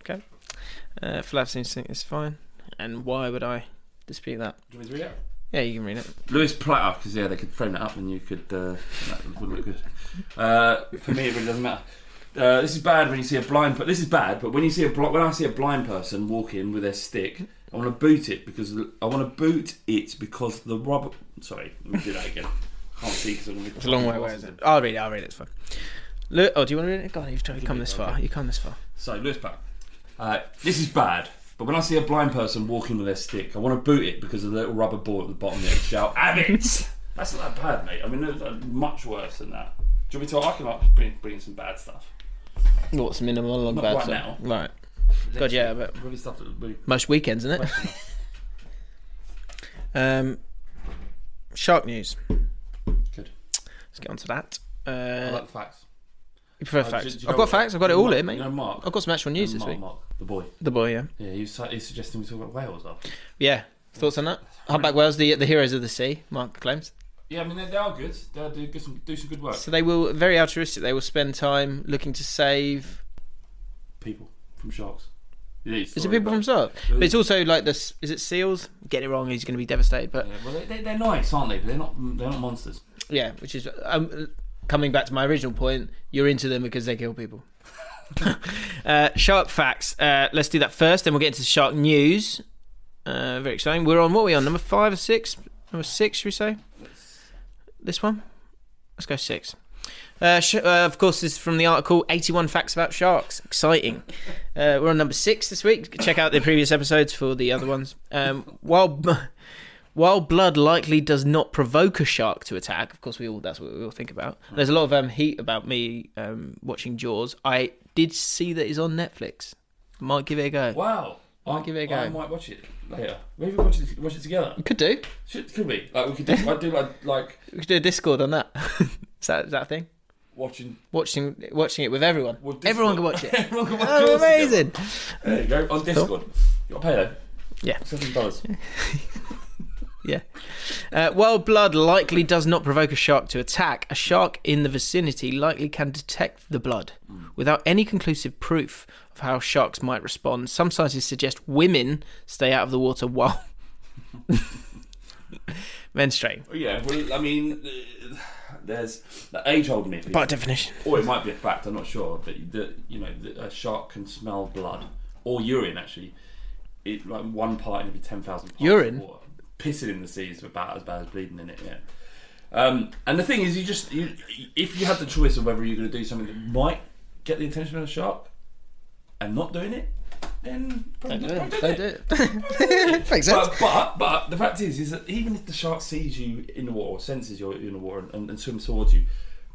S2: Okay. Uh, Flav think it's fine. And why would I dispute that?
S6: Do you want me to read it?
S2: Yeah, you can read it.
S6: Lewis Platter, because yeah, they could frame that up and you could. Uh, that would look good. Uh, for me, it really doesn't matter. Uh, this is bad when you see a blind. But this is bad. But when you see a bl- when I see a blind person walking with their stick, I want to boot it because the- I want to boot it because the rubber. Sorry, let me do that again. I can't see because I'm.
S2: It's a long way away, is it? I'll read it. I'll read it. It's fine. Look, oh, do you want to read it? God, you've totally come this far. You come this far.
S6: So, Lewis Platter. Uh, this is bad. But when I see a blind person walking with their stick, I want to boot it because of the little rubber ball at the bottom there. Shout, have it! That's not that bad, mate. I mean, there's uh, much worse than that. Do you want me to? I can like bring, bring some bad stuff.
S2: What's minimal monologue
S6: Not
S2: about
S6: right
S2: so-
S6: now.
S2: Right. God, yeah, but
S6: Really stuff that really.
S2: most weekends, isn't it? um, shark news.
S6: Good.
S2: Let's get on to that.
S6: I
S2: Uh,
S6: like the facts.
S2: you prefer
S6: Uh,
S2: facts?
S6: do- do you
S2: I've
S6: know
S2: got
S6: what-
S2: facts. I've got it all
S6: Mark-
S2: here, mate.
S6: You know Mark.
S2: I've got some actual news
S6: Mark,
S2: this week.
S6: Mark, the boy.
S2: The boy, yeah.
S6: Yeah, he was, he's suggesting we talk about Wales after.
S2: Yeah. Thoughts on that? Humpback Whales, the the heroes of the sea, Mark claims.
S6: Yeah, I mean they, they are good. They do good some, do some good work.
S2: So they will very altruistic. They will spend time looking to save.
S6: People from sharks. Yeah, it's
S2: Is it
S6: sorry,
S2: people from
S6: but-
S2: South? But it's also like this. Is it seals? Get it wrong, he's going to be devastated. But
S6: Yeah, well, they, they, they're nice, aren't they? But they're not. They're not monsters.
S2: yeah, which is um, coming back to my original point. You're into them because they kill people. uh, shark facts. Uh, let's do that first. Then we'll get into shark news. Uh, very exciting. We're on what are we on number five or six? Number six, should we say? This one. Let's go six. Uh, sh- uh, of course, this is from the article 81 Facts About Sharks. Exciting. Uh, we're on number six this week. Check out the previous episodes for the other ones. Um, while, while blood likely does not provoke a shark to attack, of course, we all that's what we all think about. There's a lot of um, heat about me um, watching Jaws. I did see that it's on Netflix. Might give it a go.
S6: Wow.
S2: Might give it a go.
S6: I might watch it later. Maybe we watch it, watch it together.
S2: Could do.
S6: Should, could we? Like we could do. I do like like
S2: We could do a Discord on that. is that is that a thing?
S6: watching.
S2: Watching watching it with everyone.
S6: Well, Discord-
S2: everyone can watch it.
S6: Everyone can watch
S2: Oh,
S6: Jaws together.
S2: amazing.
S6: There you go on Discord. You got to pay though.
S2: Yeah.
S6: Seven dollars.
S2: Yeah. Uh, while blood likely does not provoke a shark to attack, a shark in the vicinity likely can detect the blood. Without any conclusive proof of how sharks might respond, some scientists suggest women stay out of the water while menstruating.
S6: Well, Yeah, well, I mean, uh, there's the age-old myth,
S2: By definition.
S6: or it might be a fact. I'm not sure, but that you know, that a shark can smell blood or urine. Actually, it like one part in every ten thousand parts. of
S2: Urine?
S6: water. pissing in the sea is about as bad as bleeding in it. Yeah. Um, and the thing is, you just you, if you had the choice of whether you're going to do something that might get the attention of a shark and not doing it, then probably
S2: Don't do
S6: not
S2: it.
S6: doing
S2: Don't do it. Makes sense.
S6: but, but but the fact is is that even if the shark sees you in the water or senses you're in the water and, and swims towards you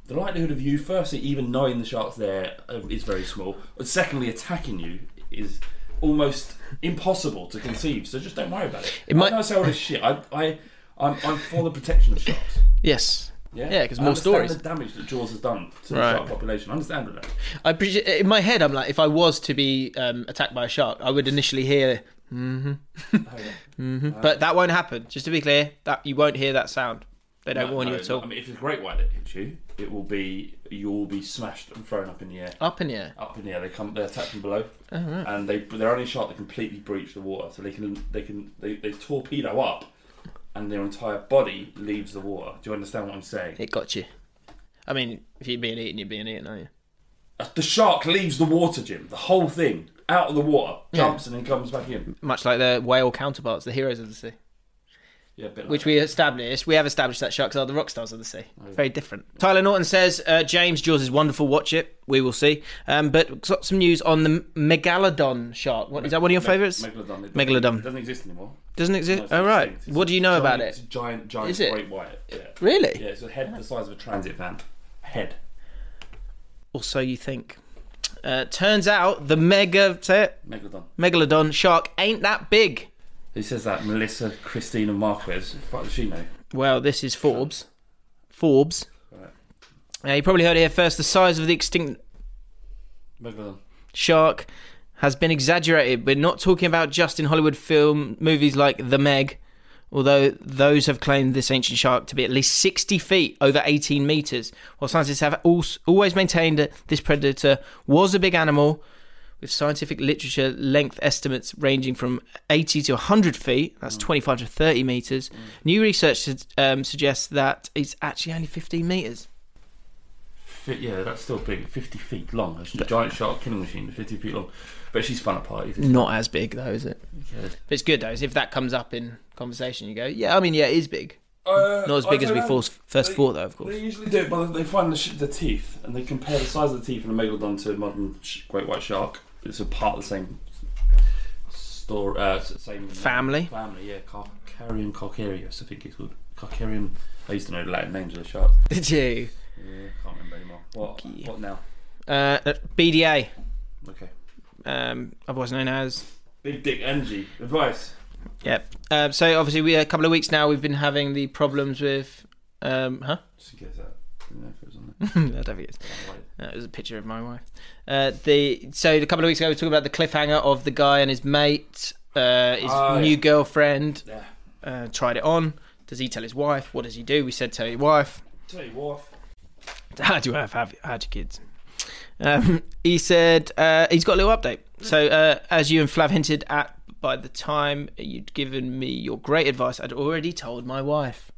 S6: the likelihood of you firstly even knowing the shark's there uh, is very small and secondly attacking you is almost impossible to conceive so just don't worry about it,
S2: It might-
S6: I know it's all this shit I, I, I'm, I'm for the protection of sharks
S2: Yes.
S6: yeah,
S2: Yeah, 'cause
S6: I
S2: more
S6: understand
S2: stories.
S6: The damage that Jaws has done to the
S2: Right.
S6: shark population. I understand that.
S2: I appreci- in my head, I'm like, if I was to be um, attacked by a shark, I would initially hear,
S6: Oh, Uh,
S2: mm-hmm. mm-hmm. but that won't happen. Just to be clear, that you won't hear that sound. They don't warn you at all.
S6: I mean, if it's a great white that hits you, it will be you will be smashed and thrown up in the air.
S2: Up in here.
S6: up in the air. They come, they attack from below,
S2: Oh,
S6: and they they're only shark that completely breach the water, so they can they can they, they torpedo up, and their entire body leaves the water. Do you understand what I'm saying?
S2: It got you. I mean, if you're being eaten, you're being eaten, aren't you?
S6: The shark leaves the water, Jim. The whole thing out of the water, jumps and then comes back in.
S2: Much like the whale counterparts, the heroes of the sea,
S6: Yeah, a bit like
S2: which
S6: that.
S2: we established. We have established that sharks are the rock stars of the sea.
S6: Oh,
S2: Very different. Tyler Norton says, uh, James Jaws is wonderful. Watch it. We will see. Um, but got some news on the megalodon shark. What is that? One of your
S6: Me-
S2: favourites?
S6: Megalodon. It doesn't-
S2: Megalodon.
S6: It doesn't exist anymore.
S2: Doesn't exist.
S6: No, it's
S2: oh, right.
S6: extinct. It's
S2: What
S6: a
S2: do you know
S6: giant-
S2: about
S6: It's a
S2: it?
S6: giant, giant
S2: Is it?
S6: great white. Yeah.
S2: Really?
S6: Yeah, it's a head the size of a transit van. Head.
S2: Or so you think. Uh, turns out the mega say it,
S6: Megalodon.
S2: megalodon shark ain't that big.
S6: Who says that? Melissa Christina Marquez. What does she know?
S2: Well, this is Forbes. Forbes. Uh, you probably heard it here first. The size of the extinct
S6: Megalodon.
S2: shark has been exaggerated. We're not talking about just in Hollywood film movies like The Meg, although those have claimed this ancient shark to be at least 60 feet over 18 meters. While scientists have als- always maintained that this predator was a big animal, with scientific literature length estimates ranging from 80 to 100 feet, that's 25 to 30 meters, new research su- um, suggests that it's actually only 15 meters.
S6: Fi- Yeah, that's still big. 50 feet long. That's a giant shark killing machine, 50 feet long. But she's fun at parties. isn't
S2: Not as big, though, is it?
S6: she? Yeah.
S2: But it's good though, is if that comes up in conversation, you go, yeah, I mean, yeah, it is big.
S6: Uh,
S2: Not as big as we first, first thought, though, of course.
S6: They usually do, but they find the, sh- the teeth and they compare the size of the teeth in a megalodon to a modern sh- great white shark. It's a part of the same store, uh, s- same
S2: Family?
S6: Family, yeah. Carcarium carcarius, I think it's called. Carcarium. I used to know the Latin names of the sharks.
S2: Did you?
S6: Yeah, can't remember anymore. What? What now?
S2: Uh, BDA,
S6: Okay.
S2: um, otherwise known as.
S6: Big dick energy advice.
S2: Yep. Um, so obviously, we a couple of weeks now, we've been having the problems with. Um, huh?
S6: Just in case that. Didn't know if it was on there.
S2: I don't think it's.
S6: Right.
S2: Uh, it was a picture of my wife. Uh, the so a couple of weeks ago, we were talking about the cliffhanger of the guy and his mate, uh, his
S6: Oh, yeah.
S2: new girlfriend.
S6: Yeah.
S2: Uh, tried it on. Does he tell his wife? What does he do? We said tell your wife.
S6: Tell you what.
S2: How do you have, have how do your kids? Um, he said uh, he's got a little update. So uh, as you and Flav hinted at, by the time you'd given me your great advice, I'd already told my wife.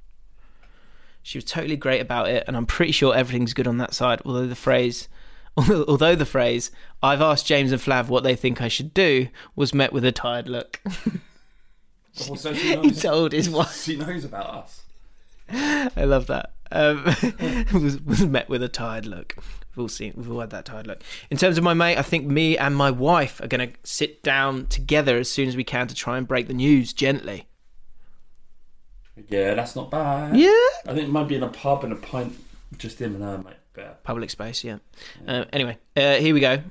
S2: She was totally great about it, and I'm pretty sure everything's good on that side. Although the phrase, although the phrase, "I've asked James and Flav what they think I should do," was met with a tired look.
S6: Also, she
S2: he
S6: knows,
S2: told his wife.
S6: she knows about us.
S2: I love that. Um, was, was met with a tired look. We've all seen, we've all had that tired look. In terms of my mate, I think me and my wife are going to sit down together as soon as we can to try and break the news gently.
S6: Yeah, that's not bad.
S2: Yeah.
S6: I think it might be in a pub and a pint, just him and her, mate. Better.
S2: Public space, yeah. Uh, anyway, uh, here we go.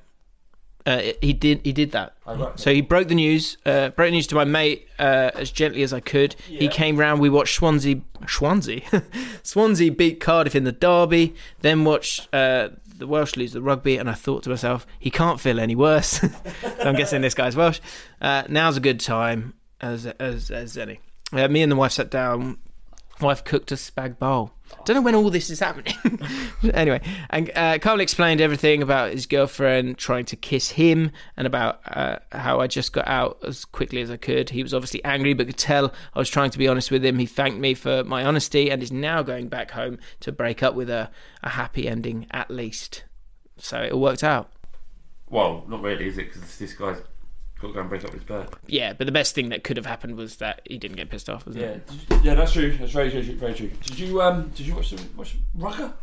S2: Uh, he did. He did that.
S6: I like
S2: So he broke the news. Uh, broke the news to my mate uh, as gently as I could. He
S6: Yeah.
S2: came round. We watched Swansea. Swansea. Swansea beat Cardiff in the derby. Then watched uh, the Welsh lose the rugby. And I thought to myself, he can't feel any worse. I'm guessing this guy's Welsh. Uh, now's a good time as as as any. Uh, me and the wife sat down. Wife cooked a spag bowl. Don't know when all this is happening. anyway, and uh, Carl explained everything about his girlfriend trying to kiss him and about uh, how I just got out as quickly as I could. He was obviously angry, but could tell I was trying to be honest with him. He thanked me for my honesty and is now going back home to break up with a, a happy ending at least. So it all worked out.
S6: Well, not really, is it? Because this guy's got to go and break up his bird.
S2: Yeah, but the best thing that could have happened was that he didn't get pissed off, wasn't
S6: Yeah,
S2: it?
S6: yeah, that's true. That's very true. Very true. Did you um? Did you watch the watch Rucker?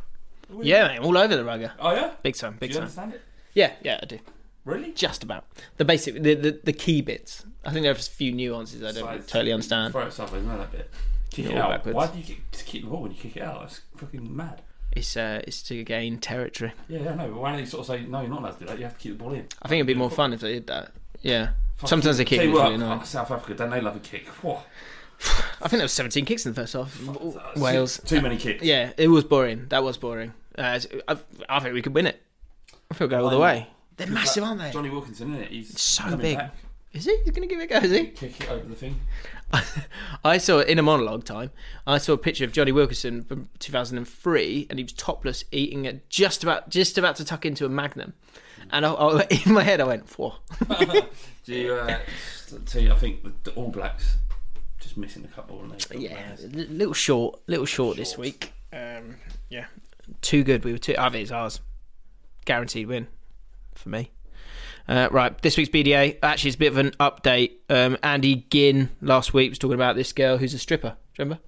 S2: Yeah, mate, all over the rugger.
S6: Oh yeah.
S2: Big time,
S6: Do
S2: big
S6: you
S2: time.
S6: understand it?
S2: Yeah, yeah, I do.
S6: Really?
S2: Just about the basic, the the, the key bits. I think there's a few nuances I don't
S6: Sides.
S2: totally understand.
S6: Throw it sideways, no, that bit. Kick it
S2: all
S6: out.
S2: backwards.
S6: Why do you kick, just keep the ball when you kick it out? That's fucking mad.
S2: It's uh, it's to gain territory.
S6: Yeah, yeah, no. But why don't you sort of say no? You're not allowed to do that. You have to keep the ball in.
S2: I think it'd be more fun if they did that. Yeah. Sometimes they kick
S6: Tell
S2: it
S6: you
S2: was
S6: what,
S2: really nice.
S6: South Africa, don't they love a kick? What?
S2: I think there was 17 kicks in the first half.
S6: That's
S2: Wales.
S6: Too, too many kicks.
S2: Yeah, it was boring. That was boring. Uh, I, I think we could win it. I think we'll go all the
S6: Why
S2: way. They're massive, aren't they?
S6: Johnny Wilkinson, isn't it? He's
S2: so
S6: coming
S2: big.
S6: back.
S2: Is he? He's going to give it a go, is he?
S6: Kick it over the thing.
S2: I saw in a monologue time. I saw a picture of Johnny Wilkinson from 2003, and he was topless, eating at just about just about to tuck into a Magnum. And I, I, in my head, I went, "Whoa!"
S6: Do you, uh, just tell you, I think the, the All Blacks just missing a couple, and they
S2: Yeah, li- little short, little short, this week. Um, yeah, too good. We were too. I think it's ours. Guaranteed win for me. Uh, right, this week's BDA actually it's a bit of an update. Um, Andy Ginn last week was talking about this girl who's a stripper. Do you remember?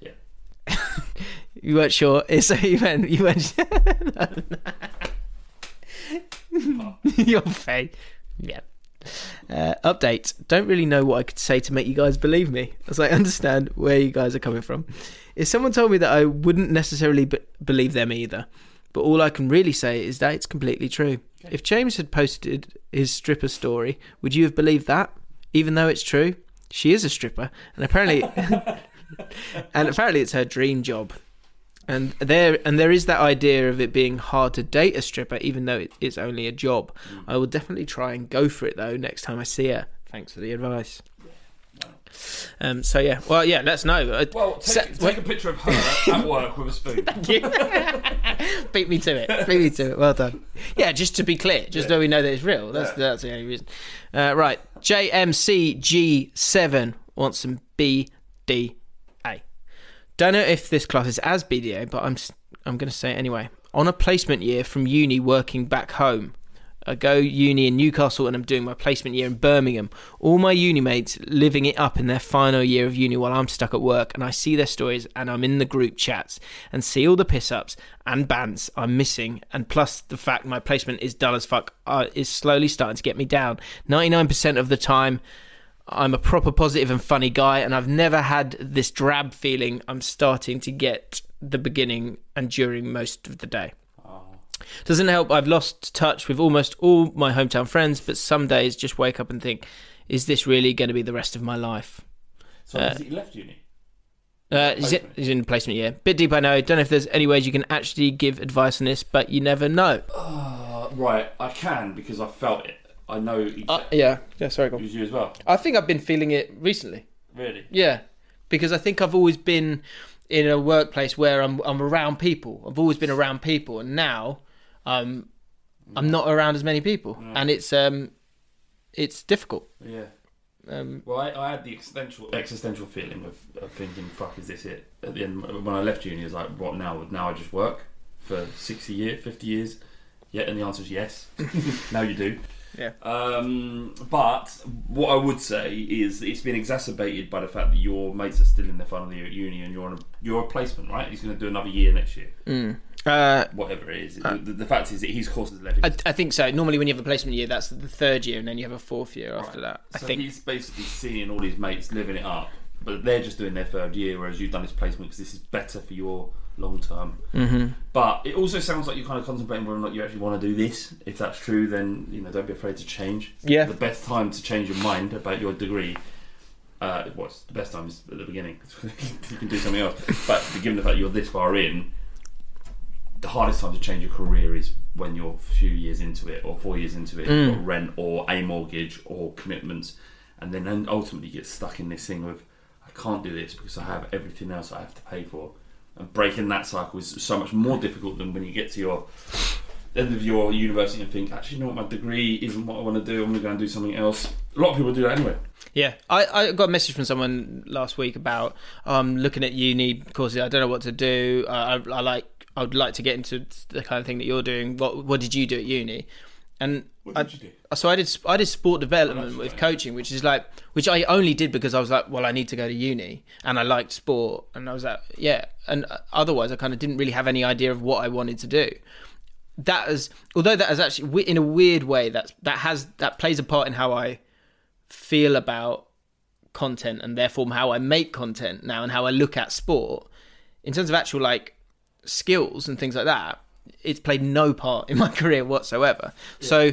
S6: Yeah.
S2: You weren't sure. It's you went. You went. Your face. Yeah. Uh, update. Don't really know what I could say to make you guys believe me, as I understand where you guys are coming from. If someone told me that I wouldn't necessarily b- believe them either, but all I can really say is that it's completely true. If James had posted his stripper story, would you have believed that? Even though it's true, she is a stripper, and apparently, and apparently, it's her dream job. and there and there is that idea of it being hard to date a stripper, even though it is only a job.
S6: Mm.
S2: I will definitely try and go for it though next time I see her. Thanks for the advice. Um, so yeah, well yeah, let's know. Uh,
S6: Well, take,
S2: se-
S6: take
S2: wait-
S6: a picture of her at work with a spoon.
S7: Beat me to it. Beat me to it. Well done. Yeah, just to be clear, just so we know that it's real. That's that's the only reason.
S2: uh, right, JMCG7 wants some BDA. Don't know if this class is as BDA, but I'm s- I'm going to say it anyway. On a placement year from uni, working back home. I go uni in Newcastle and I'm doing my placement year in Birmingham. All my uni mates living it up in their final year of uni while I'm stuck at work and I see their stories and I'm in the group chats and see all the piss ups and bants I'm missing and plus the fact my placement is dull as fuck uh, is slowly starting to get me down. 99% of the time I'm a proper positive and funny guy and I've never had this drab feeling I'm starting to get the beginning and during most of the day.
S6: Oh.
S2: Doesn't help. I've lost touch with almost all my hometown friends, but some days just wake up and think, is this really going to be the rest of my life?
S6: So has he left uni?
S2: Uh, is it is in the placement year? Bit deep, I know. Don't know if there's any ways you can actually give advice on this, but you never know.
S6: Uh, right, I can because I felt it. I know exactly.
S2: Uh, yeah, yeah. Sorry,
S6: it
S2: go on.
S6: was you as well.
S2: I think I've been feeling it recently.
S6: Really?
S2: Yeah, because I think I've always been in a workplace where I'm I'm around people. I've always been around people, and now um, I'm not around as many people, and it's um, it's difficult.
S6: Yeah.
S2: Um,
S6: well, I, I had the existential existential feeling of, of thinking, "Fuck, is this it?" At the end, when I left uni, it was like, "What now? Now I just work for sixty years, fifty years." Yeah, and the answer is yes. now you do.
S2: Yeah.
S6: Um, but what I would say is it's been exacerbated by the fact that your mates are still in their final year at uni, and you're on a, you're a placement, right? He's going to do another year next year,
S2: Uh,
S6: whatever it is. the, the fact is that his course has led him.
S2: I, I think so. Normally, when you have a placement year, that's the third year, and then you have a fourth year after that. I
S6: so
S2: think.
S6: he's basically seeing all his mates living it up, but they're just doing their third year, whereas you've done this placement because this is better for your long term. Mm-hmm. But it also sounds like you're kind of contemplating whether or not you actually want to do this. If that's true, then you know don't be afraid to change.
S2: Yeah.
S6: the best time to change your mind about your degree. Uh, what's the best time is at the beginning. you can do something else, but given the fact you're this far in, the hardest time to change your career is when you're a few years into it or four years into it, you've got rent or a mortgage or commitments, and then then ultimately you get stuck in this thing of I can't do this because I have everything else I have to pay for, and breaking that cycle is so much more difficult than when you get to your end of your university and think actually, you know what, my degree isn't what I want to do. I'm going to go and do something else. A lot of people do that anyway.
S2: Yeah, I, I got a message from someone last week about um, looking at uni courses. I don't know what to do. Uh, I, I, I like. I would like to get into the kind of thing that you're doing. What What did you do at uni? And
S6: What did you do?
S2: so I did. sp- I did sport development with coaching, which is like, which I only did because I was like, well, I need to go to uni, and I liked sport, and I was like, yeah. And uh, otherwise, I kind of didn't really have any idea of what I wanted to do. That is, although that is actually we- in a weird way that's that has that plays a part in how I feel about content and therefore how I make content now and how I look at sport in terms of actual like skills and things like that. It's played no part in my career whatsoever. So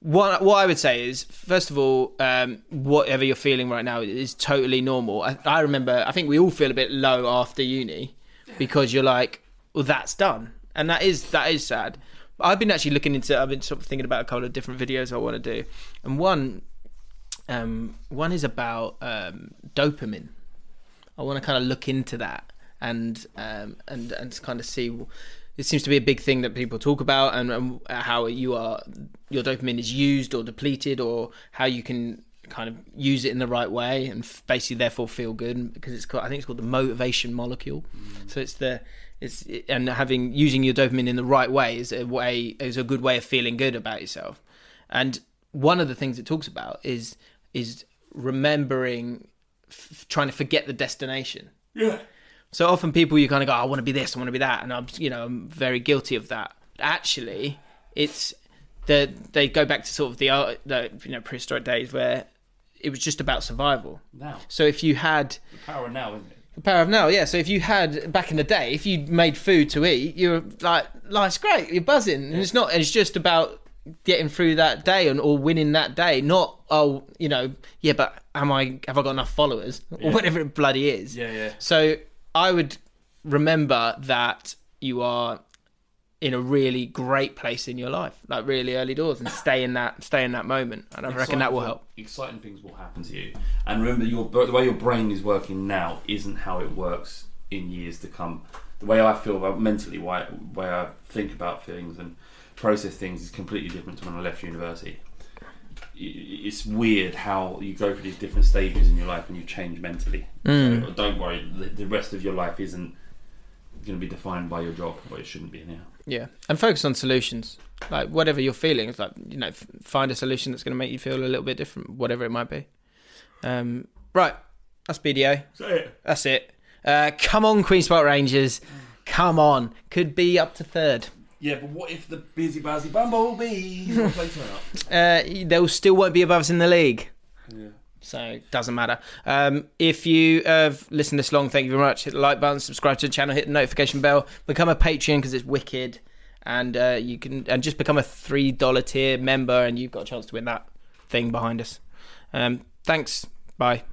S2: what what I would say is, first of all, um, whatever you're feeling right now is totally normal. I, I remember, I think we all feel a bit low after uni because you're like, well, that's done, and that is that is sad. But I've been actually looking into, I've been sort of thinking about a couple of different videos I want to do, and one, um, one is about um, dopamine. I want to kind of look into that and um, and and kind of see. It seems to be a big thing that people talk about, and, and how you are your dopamine is used or depleted, or how you can kind of use it in the right way and f- basically therefore feel good because it's called, I think it's called the motivation molecule. So it's the it's and having using your dopamine in the right way is a way is a good way of feeling good about yourself. And one of the things it talks about is is remembering f- trying to forget the destination.
S6: Yeah.
S2: So often people you kind of go, I want to be this, I want to be that, and I'm you know I'm very guilty of that. But actually, it's the they go back to sort of the, uh, the you know prehistoric days where it was just about survival.
S6: Now,
S2: So if you had
S6: the power now, isn't it?
S2: the power of now, yeah. So if you had back in the day, if you made food to eat, you're like life's great, you're buzzing, and it's not. It's just about getting through that day and or winning that day, not oh you know yeah, but am I have I got enough followers or whatever it bloody is.
S6: Yeah, yeah.
S2: So I would remember that you are in a really great place in your life, like really early doors, and stay in that stay in that moment. And I reckon that will
S6: Exciting-
S2: help.
S6: Exciting things will happen to you, and remember, your the way your brain is working now isn't how it works in years to come. The way I feel about mentally, why way I think about things and process things is completely different to when I left university. I- It's weird how you go through these different stages in your life and you change mentally.
S2: Mm.
S6: So don't worry, the- the rest of your life isn't going to be defined by your job, or it shouldn't be now.
S2: Yeah, and focus on solutions. Like whatever you're feeling, it's like you know, f- find a solution that's going to make you feel a little bit different, whatever it might be. Um, right, that's BDO. That's it. Uh, come on, Queen Spark Rangers. Come on. Could be up to third.
S6: Yeah, but what if the busy buzzy bumblebee plays out?
S2: Uh, they'll still won't be above us in the league. So doesn't matter. Um, if you have listened this long, thank you very much. Hit the like button, subscribe to the channel, hit the notification bell, become a Patreon because it's wicked, and uh, you can and just become a three dollar tier member, and you've got a chance to win that thing behind us. Um, thanks. Bye.